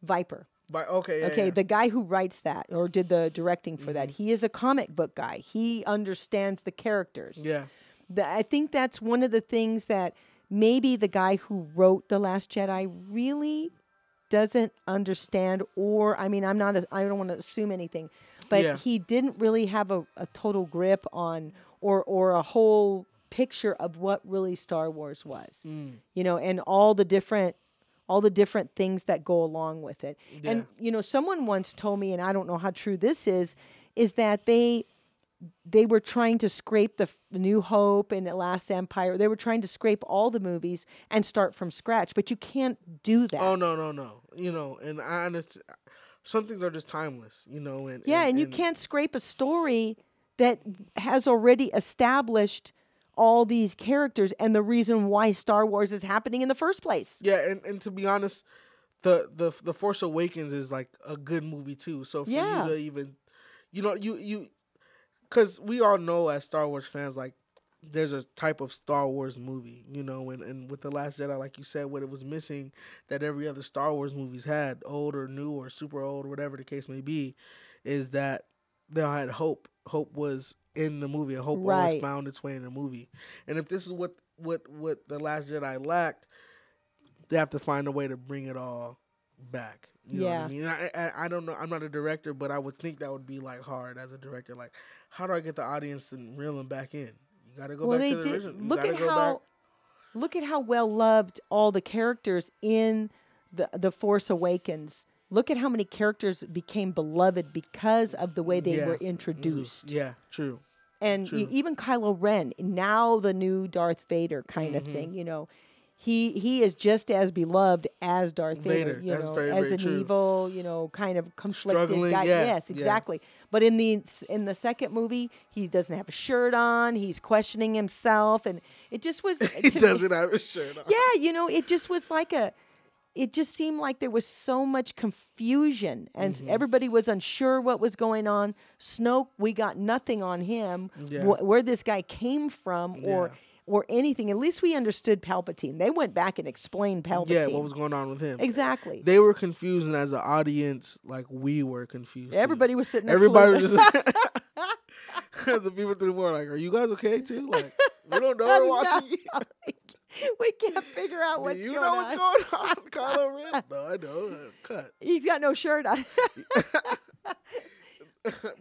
A: Viper.
B: by okay, yeah,
A: Okay,
B: yeah. Mm-hmm.
A: the guy who writes that or did the directing for that, he is a comic book guy. He understands the characters.
B: yeah,
A: The, I think that's one of the things that maybe the guy who wrote The Last Jedi really doesn't understand or I mean I'm not a, I don't want to assume anything but
B: Yeah.
A: he didn't really have a, a total grip on or or a whole picture of what really Star Wars was
B: Mm.
A: you know and all the different all the different things that go along with it
B: Yeah.
A: and you know someone once told me and I don't know how true this is is that they they were trying to scrape the f- New Hope and the Last Empire. They were trying to scrape all the movies and start from scratch, but you can't do that.
B: Oh no, no, no. You know, and I understand. Some things are just timeless. You know, and
A: yeah, and you can't scrape a story that has already established all these characters and the reason why Star Wars is happening in the first place.
B: Yeah, and, and to be honest, the the the Force Awakens is like a good movie too. So for
A: Yeah.
B: you to even, you know, you you, because we all know as Star Wars fans, like there's a type of Star Wars movie, you know, and, and with The Last Jedi, like you said, what it was missing that every other Star Wars movies had, old or new or super old, or whatever the case may be, is that they all had hope. Hope was in the movie. Hope always
A: Right.
B: found its way in the movie. And if this is what what what The Last Jedi lacked, they have to find a way to bring it all back. You know what I
A: Yeah.
B: mean? And I, I I don't know. I'm not a director, but I would think that would be like hard as a director. Like, how do I get the audience and reel them back in? You gotta go
A: well,
B: back
A: they
B: to the
A: did.
B: original. You
A: Look
B: gotta
A: at
B: go
A: how,
B: back.
A: look at how well loved all the characters in the the Force Awakens. Look at how many characters became beloved because of the way they
B: Yeah.
A: were
B: Mhm.
A: introduced.
B: Yeah,
A: [LAUGHS]
B: true.
A: and
B: True.
A: you, even Kylo Ren, now the new Darth Vader kind
B: Mm-hmm.
A: of thing, you know. He he is just as beloved as Darth Vader,
B: Vader,
A: you
B: that's
A: know,
B: very,
A: as
B: very
A: an
B: true.
A: evil, you know, kind of conflicted
B: Struggling,
A: guy.
B: yeah,
A: yes,
B: yeah.
A: exactly. But in the in the second movie, he doesn't have a shirt on. He's questioning himself, and it just was.
B: [LAUGHS] He doesn't have a shirt on.
A: Yeah, you know, it just was like a. It just seemed like there was so much confusion, and
B: Mm-hmm.
A: everybody was unsure what was going on. Snoke, we got nothing on him,
B: Yeah.
A: wh- where this guy came from, or
B: Yeah.
A: or anything. At least we understood Palpatine. They went back and explained Palpatine.
B: Yeah, what was going on with him?
A: exactly?
B: They were confused, and as an audience, like we were confused. too.
A: [LAUGHS] Everybody was sitting. There
B: Everybody
A: [LAUGHS] clueless.
B: was just. [LAUGHS] the people through the war like, are you guys okay too? Like, we don't know.
A: [LAUGHS]
B: We're watching you.
A: we can't figure out what's
B: Do you
A: going
B: know
A: on.
B: what's going [LAUGHS] on,
A: [LAUGHS]
B: Kylo Ren? No, I know. Uh, Cut.
A: He's got no shirt on. [LAUGHS]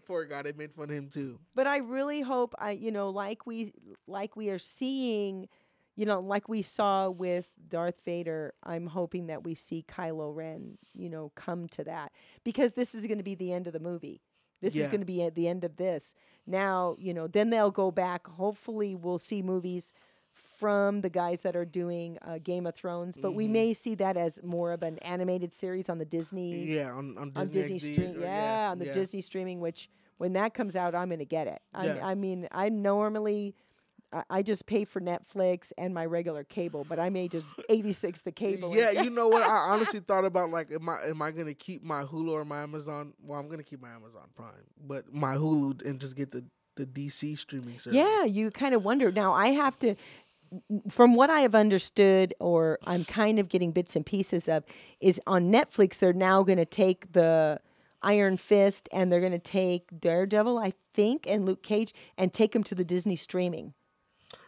B: Poor guy. They made fun of him too.
A: but I really hope I you know like we like we are seeing you know like we saw with Darth Vader I'm hoping that we see Kylo Ren you know come to that because this is going to be the end of the movie this
B: Yeah.
A: is going to be at the end of this now you know then they'll go back hopefully we'll see movies from the guys that are doing uh, Game of Thrones but we may see that as more of an animated series on the Disney
B: Yeah, on on Disney,
A: on Disney
B: XD,
A: stream,
B: or-
A: yeah, on the
B: yeah.
A: Disney streaming. Which when that comes out, I'm gonna get it. I,
B: Yeah.
A: I mean, I normally. I- I just pay for Netflix and my regular cable, but I may
B: [LAUGHS]
A: just 86 the cable. and-
B: Yeah, you know
A: [LAUGHS]
B: what? I honestly thought about like, am I am I gonna keep my Hulu or my Amazon? Well, I'm gonna keep my Amazon Prime, but my Hulu and just get the the DC streaming service.
A: Yeah, you kind of wonder. Now, I have to, from what I have understood, or I'm kind of getting bits and pieces of, is on Netflix, they're now going to take the Iron Fist and they're going to take Daredevil, I think, and Luke Cage and take them to the Disney streaming.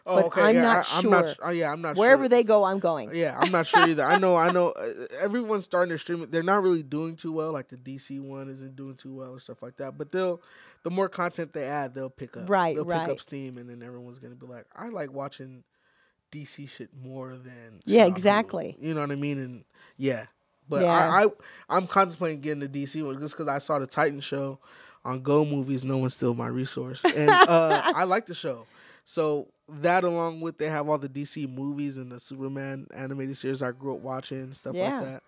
B: Oh,
A: but I'm
B: yeah,
A: not
B: I, I'm not.
A: sure.
B: Oh, yeah, I'm not.
A: Wherever
B: sure.
A: they go, I'm going.
B: [LAUGHS] Yeah, I'm not sure either. I know, I know. Uh, everyone's starting to stream it. They're not really doing too well. Like the DC one isn't doing too well and stuff like that. But they'll, the more content they add, they'll pick up.
A: Right,
B: They'll pick up
A: right.
B: steam, and then everyone's gonna be like, I like watching DC shit more than.
A: Yeah,
B: shit on Hulu."
A: exactly.
B: You know what I mean? And yeah, but I, I,
A: Yeah.
B: I'm contemplating getting the DC one just because I saw the Titan show on Go Movies. No one stole my resource,
A: [LAUGHS]
B: and uh, I like the show. So that, along with they have all the DC movies and the Superman animated series I grew up watching and stuff
A: Yeah.
B: like that.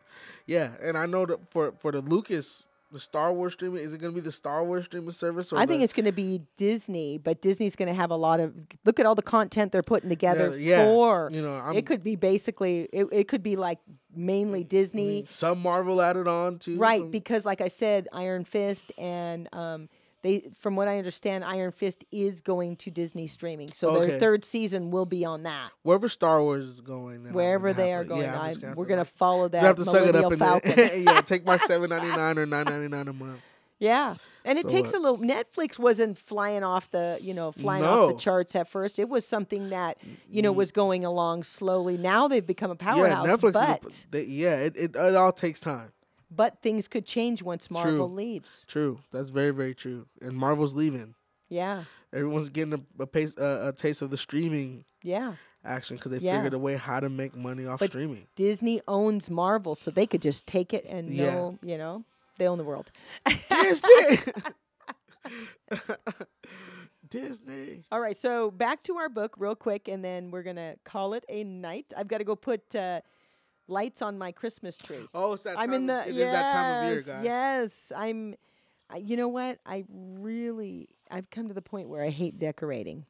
B: Yeah, and I know that for for the Lucas, the Star Wars streaming is it going to be the Star Wars streaming service? Or
A: I think
B: the-
A: it's going to be Disney, but Disney's going to have a lot of look at all the content they're putting together
B: yeah,
A: for.
B: you know, I'm-
A: it could be basically it, it could be like mainly Disney,
B: some Marvel added on to
A: right?
B: some-
A: Because like I said, Iron Fist and um, they, from what I understand, Iron Fist is going to Disney streaming, so
B: Okay.
A: their third season will be on that.
B: wherever Star Wars is going, then I'm
A: Wherever
B: gonna
A: they
B: have
A: are
B: to-
A: going,
B: yeah, I'm
A: I,
B: just have
A: we're
B: to,
A: going to
B: like,
A: follow that.
B: you have to suck it
A: Millennial
B: up and
A: Falcon.
B: then, [LAUGHS] yeah, take my seven ninety nine or nine ninety nine a month.
A: Yeah, and it
B: So,
A: takes a
B: uh,
A: little. Netflix wasn't flying off the, you know, flying off
B: No.
A: the charts at first. It was something that you know was going along slowly. Now they've become a powerhouse,
B: yeah, Netflix.
A: but
B: Is a, they, yeah, it, it it all takes time.
A: but things could change once Marvel leaves.
B: True, that's very very true. And Marvel's leaving.
A: Yeah,
B: Everyone's getting a a, pace, uh, a taste of the streaming
A: yeah.
B: action because they
A: Yeah.
B: figured a way how to make money off
A: But- [LAUGHS]
B: streaming.
A: Disney owns Marvel, so they could just take it and
B: Yeah.
A: know, you know, they own the world.
B: Disney. [LAUGHS] Disney.
A: All right, so back to our book real quick, and then we're gonna call it a night. I've got to go put uh, lights on my Christmas tree.
B: Oh, it's that.
A: I'm
B: time
A: in the
B: Of, it is
A: yes,
B: that time of year, guys.
A: yes. I'm. I, you know what? I really I've come to the point where I hate decorating,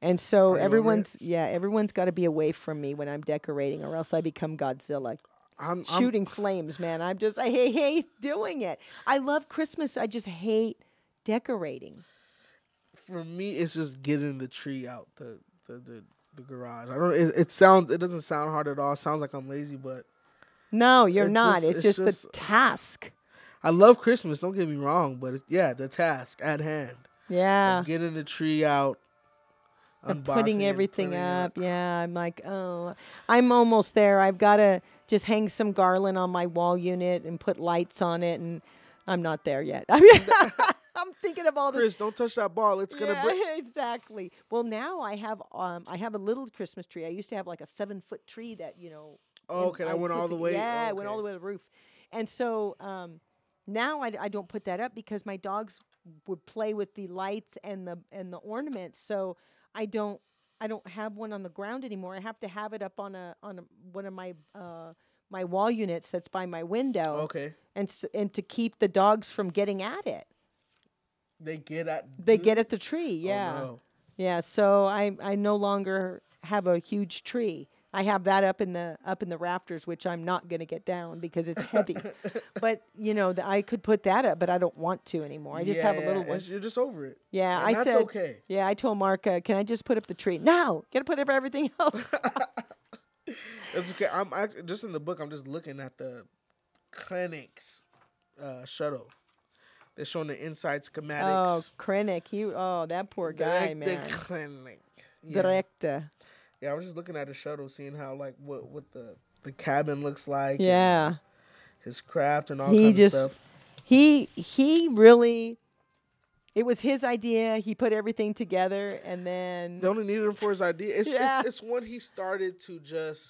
A: and so
B: over it?
A: everyone's yeah everyone's got to be away from me when I'm decorating, or else I become Godzilla.
B: I'm, I'm
A: Shooting flames, man. I'm just I hate, hate doing it. I love Christmas. I just hate decorating.
B: for me, it's just getting the tree out the the the, the garage. I don't. It, it sounds. It doesn't sound hard at all. It sounds like I'm lazy, but
A: No, you're
B: It's
A: not.
B: just-
A: it's,
B: it's
A: just, the
B: just-
A: task.
B: I love Christmas. Don't get me wrong, but it's, yeah, the task at hand.
A: Yeah.
B: Of getting the tree out.
A: of
B: unboxing it
A: putting
B: and
A: everything
B: putting it
A: up. Yeah, I'm like, oh, I'm almost there. I've got to just hang some garland on my wall unit and put lights on it, and I'm not there yet. [LAUGHS] I am thinking of all the.
B: Chris, don't touch that ball. It's gonna
A: yeah,
B: break.
A: [LAUGHS] exactly. Well, now I have um, I have a little Christmas tree. I used to have like a seven foot tree that you know.
B: Oh,
A: and
B: okay, that
A: I
B: went
A: put
B: all the way-
A: Yeah,
B: oh,
A: it went all
B: okay.
A: the way to the roof, and so um, now I, I don't put that up because my dogs would play with the lights and the and the ornaments. So I don't I don't have one on the ground anymore. I have to have it up on a on a, one of my uh, my wall units that's by my window,
B: Okay,
A: and s- and to keep the dogs from getting at it.
B: they get at.
A: They get at the tree.
B: Oh,
A: Yeah.
B: no.
A: Yeah, so I I no longer have a huge tree. I have that up in the up in the rafters, which I'm not going to get down because it's
B: [LAUGHS]
A: heavy. but you know, th- I could put that up, but I don't want to anymore. I just have a
B: Yeah,
A: little
B: it's-
A: one.
B: You're just over it.
A: Yeah,
B: and
A: I
B: that's
A: said.
B: okay.
A: Yeah, I told Mark, uh, can I just put up the tree? No, gotta put up everything [LAUGHS]
B: [LAUGHS]
A: else.
B: It's okay. I'm I, just in the book. I'm just looking at the clinics uh, shuttle. They're showing the inside
A: oh,
B: schematics.
A: Krennic, you. Oh, that poor guy,
B: Direct
A: man.
B: The clinic. Yeah.
A: Director.
B: yeah, I was just looking at the shuttle, seeing how like what what the the cabin looks like. and
A: Yeah.
B: his craft and all
A: he
B: kinds
A: just
B: of stuff.
A: he he really. It was his idea. He put everything together, and then
B: They only needed him for his idea. It's
A: Yeah.
B: it's, it's when he started to just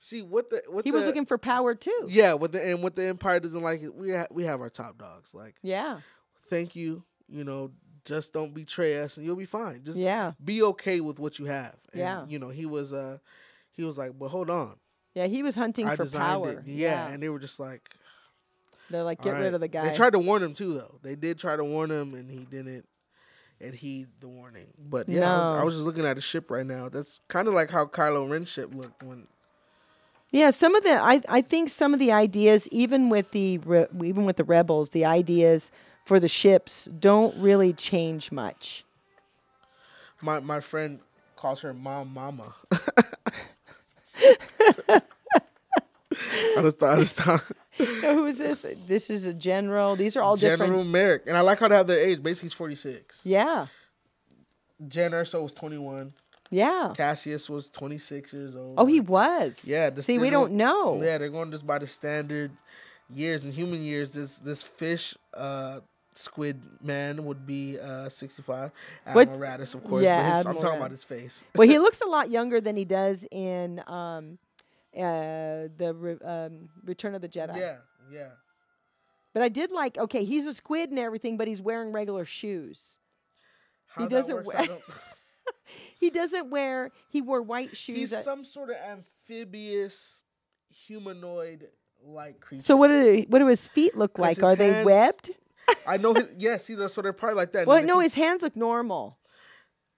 B: see what the what
A: He
B: the,
A: was looking for power too.
B: Yeah, what the and what the empire doesn't like. is We ha- we have our top dogs. Like
A: Yeah.
B: thank you. You know, just don't betray us, and you'll be fine. Just
A: Yeah.
B: be okay with what you have. And,
A: Yeah.
B: You know, he was uh he was like, but hold on,
A: Yeah. He was hunting
B: I
A: for
B: designed
A: power.
B: it. Yeah, and they were just like,
A: They're like,
B: "All
A: get
B: right."
A: rid of the guy.
B: They tried to warn him too, though. They did try to warn him, and he didn't adhere the warning. But yeah, I, was, I
A: No.
B: was just looking at a ship right now. That's kind of like how Kylo Ren ship looked when.
A: yeah. Some of the, I, I think some of the ideas, even with the, re, even with the rebels, the ideas for the ships don't really change much.
B: My my friend calls her mom mama. I just thought, I just thought
A: So who is this? This is a general. These are all
B: General
A: different.
B: Merrick, and I like how they have their age. Basically, he's forty six.
A: Yeah.
B: Jan Erso was twenty one.
A: Yeah.
B: Cassius was twenty six years old.
A: Oh, he was.
B: Yeah. the-
A: See, we
B: they're
A: don't
B: going-
A: know.
B: Yeah, they're going just by the standard years and human years. This this fish uh, squid man would be uh, sixty five.
A: What-
B: Admiral Raddus, of course.
A: Yeah,
B: but his- I'm
A: Admiral Raddus.
B: talking about his face.
A: well, he looks a lot younger than he does in um, uh, the re, um, Return of the Jedi.
B: Yeah, yeah.
A: But I did like, okay, he's a squid and everything, but he's wearing regular shoes.
B: How that
A: doesn't
B: works,
A: wear- [LAUGHS]
B: I don't- [LAUGHS]
A: He doesn't wear, he wore white shoes.
B: He's
A: uh,
B: some sort of amphibious humanoid like creature.
A: so [LAUGHS] what do what do his feet look
B: 'Cause
A: like?
B: his
A: Are they
B: hands-
A: webbed?
B: I know. His, yeah, see, they're- so they're probably like that. and
A: Well,
B: then if
A: no,
B: you-
A: his hands look normal.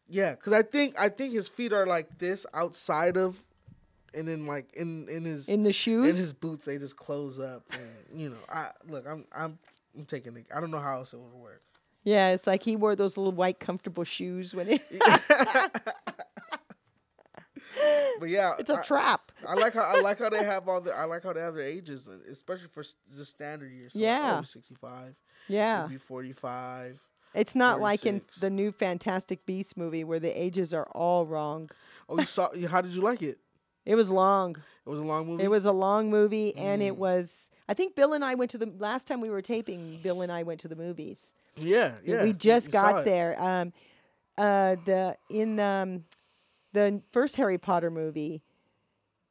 B: Yeah, because I think I think his feet are like this outside of, and then like in in his
A: In the shoes?
B: in his boots they just close up and you know I look I'm I'm I'm taking it. I don't know how else it would work.
A: yeah, it's like he wore those little white comfortable shoes when
B: [LAUGHS]
A: it,
B: But yeah,
A: it's a
B: I-
A: trap.
B: I like how I like how they have all the I like how they have their ages, and especially for s- the standard years. So
A: Yeah.
B: sixty five.
A: Yeah.
B: be forty five.
A: It's not like in
B: 46.
A: the new Fantastic Beasts movie where the ages are all wrong.
B: Oh, you saw? you- How did you like it?
A: It was long.
B: It was a long movie.
A: It was a long movie, and
B: Mm-hmm.
A: it was. I think Bill and I went to the last time we were taping. Bill and I went to the movies.
B: yeah, yeah.
A: we
B: you-
A: just
B: you saw
A: got
B: it.
A: there. Um, uh, the in um, the first Harry Potter movie,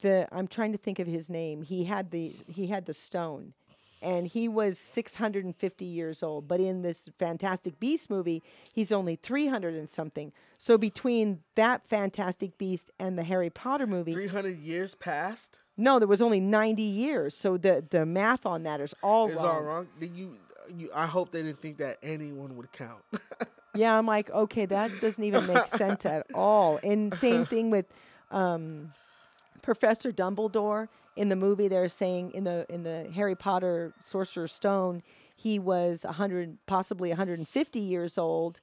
A: the I'm trying to think of his name. He had the he had the stone, and he was 650 years old. But in this Fantastic Beast movie, he's only 300 and something. So between that Fantastic Beast and the Harry Potter movie,
B: Three hundred years passed.
A: no, there was only 90 years. So the the math on that is all
B: It's
A: wrong.
B: all wrong. Did you? You, I hope they didn't think that anyone would count. [LAUGHS]
A: Yeah, I'm like, okay, that doesn't even make sense at all. And same thing with um, Professor Dumbledore in the movie. They're saying in the in the Harry Potter Sorcerer's Stone, he was 100, possibly 150 years old,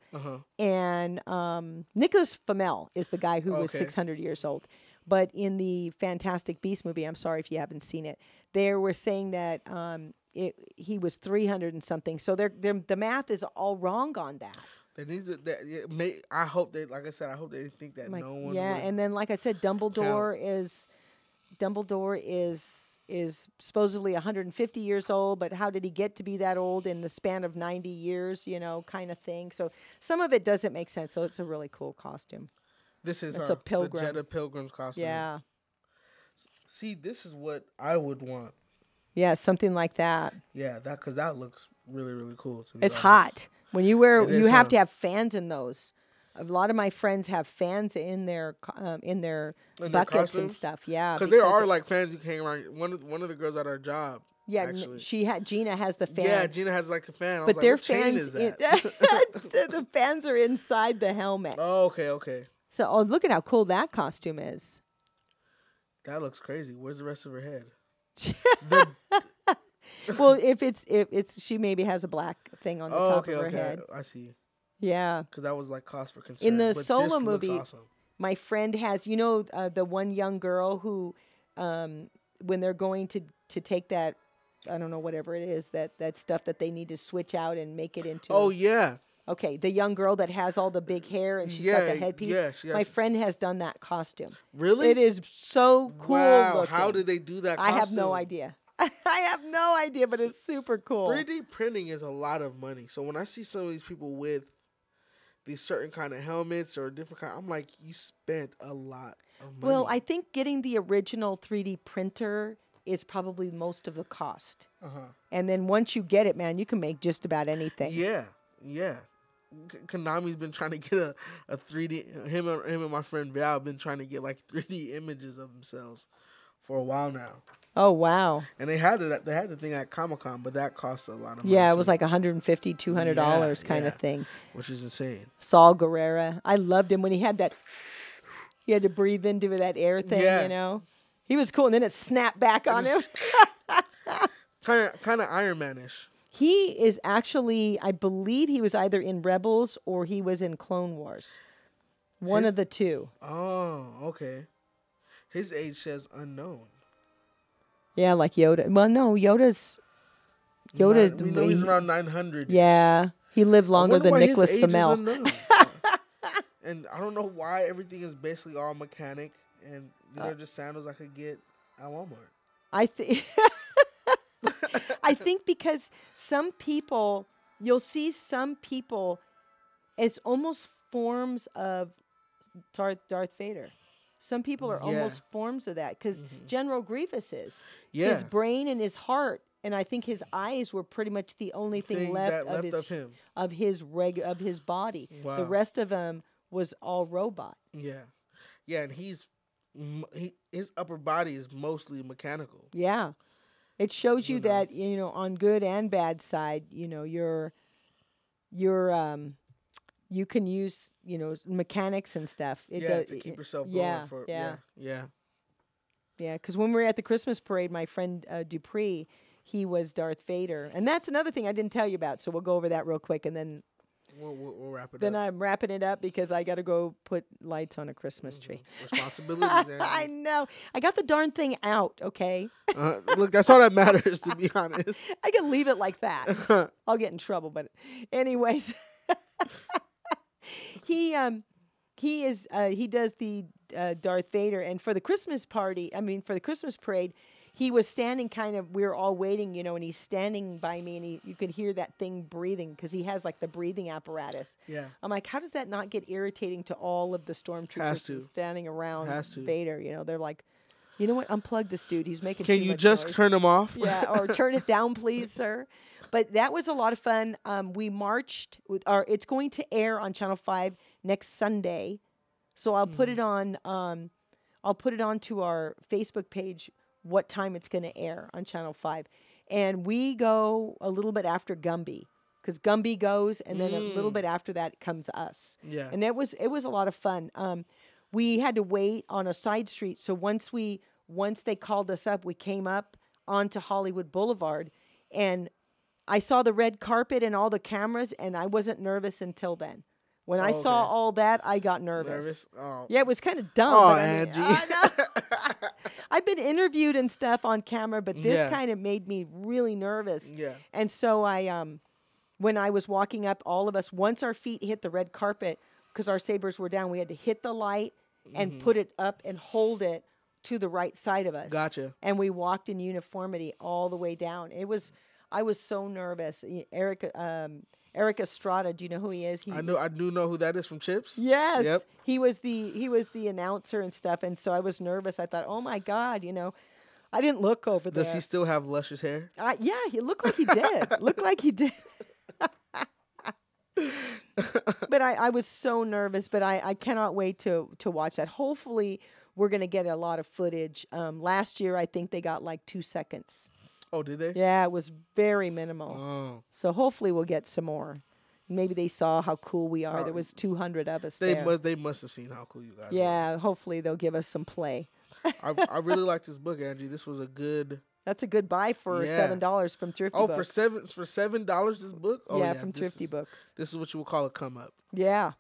A: and um, Nicholas Flamel is the guy who was
B: Okay.
A: 600 years old. But in the Fantastic Beast movie, I'm sorry if you haven't seen it, they were saying that um, it, he was 300 and something. So they're, they're, the math is all wrong on that.
B: They need to. That, yeah, may, I hope they, like I said, I hope they think that
A: Like,
B: no one.
A: yeah,
B: would-
A: and then like I said, Dumbledore is Dumbledore is is supposedly 150 years old, but how did he get to be that old in the span of 90 years? You know, kind of thing. So some of it doesn't make sense. So it's a really cool costume.
B: this is
A: it's
B: uh,
A: a pilgrim.
B: The Jedi pilgrim's costume.
A: Yeah,
B: See, this is what I would want.
A: yeah, something like that.
B: Yeah, that because that looks really really cool. To be
A: It's
B: honest.
A: hot when you wear.
B: It
A: you
B: is
A: have
B: hot.
A: to have fans in those. A lot of my friends have fans in their co- um, in their
B: In their
A: buckets and
B: costumes?
A: stuff. Yeah,
B: Cause there
A: because
B: are
A: it-
B: like fans who hang around. One of one of the girls at our job.
A: yeah. n-
B: actually.
A: She had Gina has the fan.
B: Yeah, Gina has like a fan. I was
A: But
B: like,
A: their
B: what chain
A: fans,
B: is
A: in- [LAUGHS]
B: that? [LAUGHS]
A: the the fans are inside the helmet.
B: oh, okay, okay.
A: So, oh, look at how cool that costume is.
B: That looks crazy. Where's the rest of her head? [LAUGHS] The,
A: [LAUGHS] well, if it's if it's she maybe has a black thing on the
B: oh,
A: top
B: okay,
A: of her
B: okay.
A: head.
B: I see.
A: Yeah,
B: Because that was like cost for concern.
A: the
B: but this
A: Solo
B: looks
A: movie-
B: awesome.
A: my friend has. You know, uh, the one young girl who, um, when they're going to to take that, I don't know whatever it is that that stuff that they need to switch out and make it into.
B: Oh yeah,
A: okay, the young girl that has all the big hair and she's got the
B: Yeah,
A: headpiece.
B: yeah, she
A: my
B: has-
A: friend has done that costume.
B: really?
A: It is so cool.
B: wow, how
A: looking.
B: did they do that?
A: I have no
B: costume?
A: idea. [LAUGHS] I have no idea, but it's super cool.
B: 3D printing is a lot of money. So when I see some of these people with these certain kind of helmets or different kind, I'm like, you spent a lot of money.
A: well, I think getting the original 3D printer is probably most of the cost.
B: uh-huh.
A: And then once you get it, man, you can make just about anything.
B: yeah, yeah. K- Konami's been trying to get a, a 3D. Him and him and my friend Val have been trying to get like 3D images of themselves for a while now,
A: Oh, wow.
B: and they had it. at- They had the thing at Comic Con, but that cost a lot of money.
A: Yeah, it
B: too,
A: was like $150, $200
B: Yeah,
A: kind
B: yeah.
A: of thing.
B: which is insane.
A: Saul Guerrera. I loved him when he had that, he had to breathe into that air thing,
B: Yeah.
A: you know? He was cool. And then it snapped back on him.
B: Kind of kind of Iron Manish.
A: He is actually, I believe he was either in Rebels or he was in Clone Wars. One
B: His-
A: of the two.
B: Oh, okay. His age says unknown.
A: Yeah, like Yoda. Well, no, Yoda's Yoda.
B: Nine- we know he's
A: we-
B: around 900.
A: yeah, he lived
B: I
A: longer
B: wonder
A: than
B: why his
A: Nicholas
B: age is
A: Flamel. [LAUGHS]
B: unknown. and I don't know why everything is basically all mechanic, and these
A: Uh.
B: are just sandals I could get at Walmart.
A: I think. [LAUGHS] I think because some people, you'll see some people, it's almost forms of Darth, Darth Vader. Some people are
B: Yeah. Mm-hmm.
A: almost forms of that because General Grievous is.
B: Yeah,
A: his brain and his heart and i think his eyes were pretty much the only thing,
B: thing
A: left,
B: that
A: of,
B: left
A: his,
B: of him.
A: of his reg of his body
B: Wow.
A: the rest of him was all robot
B: Yeah, yeah, and he's m- he, his upper body is mostly mechanical.
A: yeah it shows you, that you know on good and bad side you know you're you're um you can use you know s- mechanics and stuff it
B: yeah,
A: does-
B: to keep
A: it-
B: yourself going.
A: yeah,
B: for,
A: yeah.
B: yeah,
A: Yeah, because when we were at the Christmas parade, my friend uh, Dupree, he was Darth Vader, and that's another thing I didn't tell you about. So we'll go over that real quick, and then
B: We'll, we'll, we'll wrap it
A: then
B: up.
A: I'm wrapping it up because I got to go put lights on a Christmas tree. [LAUGHS]
B: Responsibilities.
A: I
B: Anthony.
A: know. I got the darn thing out, okay?
B: uh, look, that's all that matters, to be honest.
A: [LAUGHS] I can leave it like that. I'll get in trouble, but anyways. [LAUGHS] he um he is uh, he does the uh, Darth Vader and for the Christmas party, I mean for the Christmas parade, he was standing kind of we were all waiting, you know, and he's standing by me and he, you could hear that thing breathing cuz he has like the breathing apparatus.
B: Yeah.
A: I'm like, how does that not get irritating to all of the stormtroopers
B: to.
A: that's standing around
B: Has to.
A: Vader? You know, they're like, you know what? Unplug this dude. He's making.
B: Can
A: too
B: you
A: much
B: just
A: noise."
B: turn them off?
A: [LAUGHS] yeah, or turn it down, please, sir. But that was a lot of fun. Um, we marched with our. It's going to air on Channel Five next Sunday, so I'll put it on. Um, I'll put it onto our Facebook page. What time it's going to air on Channel Five, and we go a little bit after Gumby because Gumby goes, and then a little bit after that comes us.
B: [LAUGHS] Yeah.
A: And it was it was a lot of fun. Um, we had to wait on a side street, so once we once they called us up, we came up onto Hollywood Boulevard and I saw the red carpet and all the cameras and I wasn't nervous until then. When I
B: Oh,
A: saw
B: okay.
A: all that, I got nervous.
B: Nervous. Oh.
A: Yeah, it was kind of dumb.
B: Aw,
A: but I mean,
B: Angie.
A: I know. I've been interviewed and stuff on camera, but this
B: Yeah.
A: kind of made me really nervous.
B: Yeah.
A: And so I, um, when I was walking up, all of us, once our feet hit the red carpet, because our sabers were down, we had to hit the light
B: Mm-hmm.
A: and put it up and hold it to the right side of us.
B: Gotcha.
A: And we walked in uniformity all the way down. It was, I was so nervous. Y- Eric, um, Eric Estrada, do you know who he is? He
B: [LAUGHS] I
A: was-
B: know. I do know who that is from Chips.
A: Yes.
B: Yep.
A: He was the he was the announcer and stuff, and so I was nervous. I thought, oh my god, you know, I didn't look over there.
B: Does he still have luscious hair?
A: I, yeah, he looked like he did.
B: [LAUGHS]
A: looked like he did. but I, I was so nervous. But I, I cannot wait to to watch that. Hopefully, we're gonna get a lot of footage. Um, last year, I think they got like two seconds.
B: Oh, did they?
A: Yeah, it was very minimal.
B: Oh,
A: So hopefully, we'll get some more. Maybe they saw how cool we are.
B: Oh,
A: There was two hundred of us
B: they
A: there.
B: must. They must have seen how cool you guys. were.
A: Yeah, hopefully they'll give us some play.
B: I, I really like this book, Angie. This was
A: [LAUGHS]
B: a good.
A: That's a good buy for
B: Yeah.
A: seven dollars from Thrifty
B: Oh,
A: Books.
B: for seven for seven dollars, this book. Oh,
A: yeah, from
B: this
A: Thrifty
B: is- [LAUGHS]
A: Books.
B: This is what you would call a come up.
A: Yeah.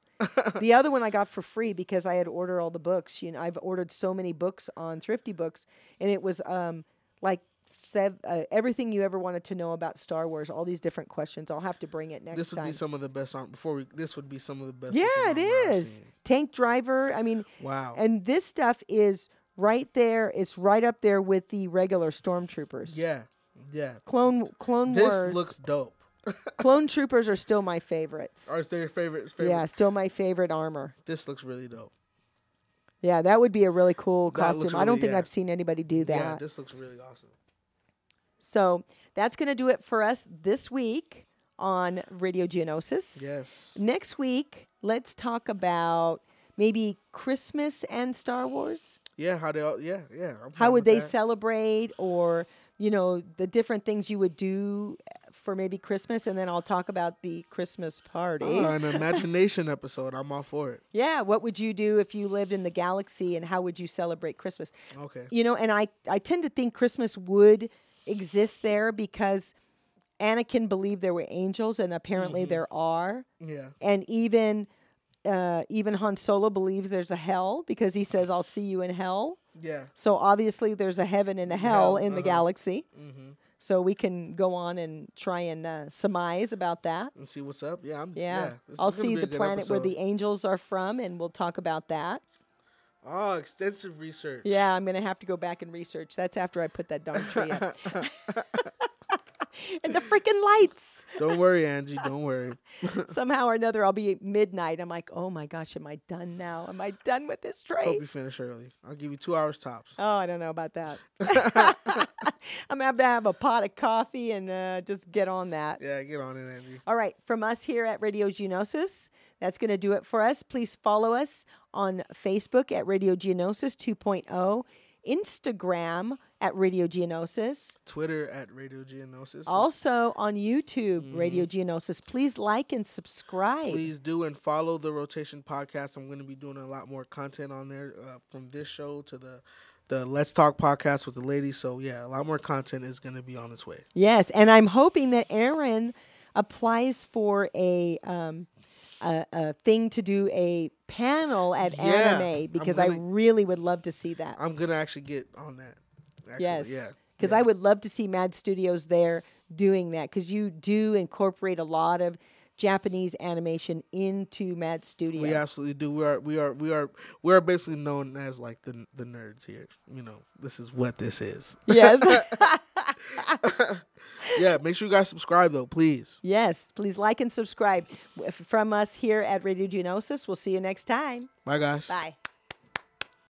A: the other one I got for free because I had ordered all the books. You know, I've ordered so many books on Thrifty Books, and it was um like sev- uh, everything you ever wanted to know about Star Wars. All these different questions. I'll have to bring it next
B: This would
A: time.
B: be some of the best on before we. This would be some of the best.
A: yeah,
B: looking
A: it
B: armor I've
A: is.
B: seen. Oh.
A: Tank Driver. I mean,
B: Wow.
A: and this stuff is right there. It's right up there with the regular stormtroopers.
B: yeah, yeah.
A: Clone Clone
B: This
A: Wars.
B: looks dope.
A: Clone troopers are still my favorites.
B: Or is there your favorite? favorite?
A: Yeah, still my favorite armor.
B: This looks really dope.
A: Yeah, that would be a really cool
B: That
A: costume.
B: looks
A: I don't
B: really-
A: think
B: yeah.
A: I've seen anybody do that.
B: Yeah, this looks really awesome.
A: so that's going to do it for us this week on Radio Geonosis.
B: Yes.
A: Next week, let's talk about maybe Christmas and Star Wars.
B: Yeah. How they? All, yeah. Yeah. I'm
A: How
B: fine
A: would
B: with
A: they
B: that.
A: celebrate or, you know, the different things you would do for maybe Christmas and then I'll talk about the Christmas party.
B: Oh, an imagination episode. I'm all for it.
A: Yeah, what would you do if you lived in the galaxy and how would you celebrate Christmas?
B: Okay.
A: You know, and I, I tend to think Christmas would exist there because Anakin believed there were angels and apparently
B: Mm-hmm.
A: there are.
B: Yeah.
A: And even uh, even Han Solo believes there's a hell because he says, I'll see you in hell.
B: Yeah.
A: So obviously there's a heaven and a hell
B: Hell,
A: in the
B: uh-huh.
A: galaxy.
B: Mm-hmm.
A: So we can go on and try and uh, surmise about that.
B: And see what's up. Yeah. I'm,
A: Yeah.
B: this
A: I'll
B: is gonna
A: see
B: be a
A: the
B: good
A: planet where
B: episode.
A: the angels are from and we'll talk about that.
B: Oh, extensive research.
A: Yeah, I'm gonna have to go back and research. That's after I put that darn tree up. [LAUGHS] and the freaking
B: [LAUGHS]
A: lights.
B: Don't worry, Angie. Don't
A: [LAUGHS]
B: worry.
A: Somehow or another, I'll be at midnight. I'm like, oh my gosh, am I done now? Am I done with this tree?
B: Hope you finish early. I'll give you two hours tops.
A: Oh, I don't know about
B: [LAUGHS]
A: that. [LAUGHS] I'm gonna have to have a pot of coffee and uh, just get on that.
B: Yeah, get on it, Angie.
A: All right, from us here at Radio Geonosis, that's going to do it for us. Please follow us on Facebook at Radio Geonosis 2.0, Instagram at Radio Geonosis,
B: Twitter at Radio Geonosis.
A: also on YouTube, Radio Geonosis. Please like and subscribe.
B: Mm. Please do and follow the Rotation podcast. I'm going to be doing a lot more content on there uh, from this show to the the Let's Talk podcast with the ladies. So yeah, a lot more content is going to be on its way.
A: Yes, and I'm hoping that Aaron applies for a. Um, a, a thing to do a panel at
B: Yeah, I'm
A: anime because I
B: gonna-
A: really would love to see that.
B: I'm going to actually get on that. Actually,
A: Yes.
B: Yeah.
A: Because I would love to see Mad Studios there doing that because you do incorporate a lot of Japanese animation into Mad Studio.
B: We absolutely do. We are we are we are we are basically known as like the the nerds here. You know, this is what this is.
A: [LAUGHS]
B: [LAUGHS]
A: Yes.
B: yeah, make sure you guys subscribe though, please.
A: yes. Please like and subscribe. From us here at Radio Genosis, we'll see you next time.
B: Bye guys.
A: Bye.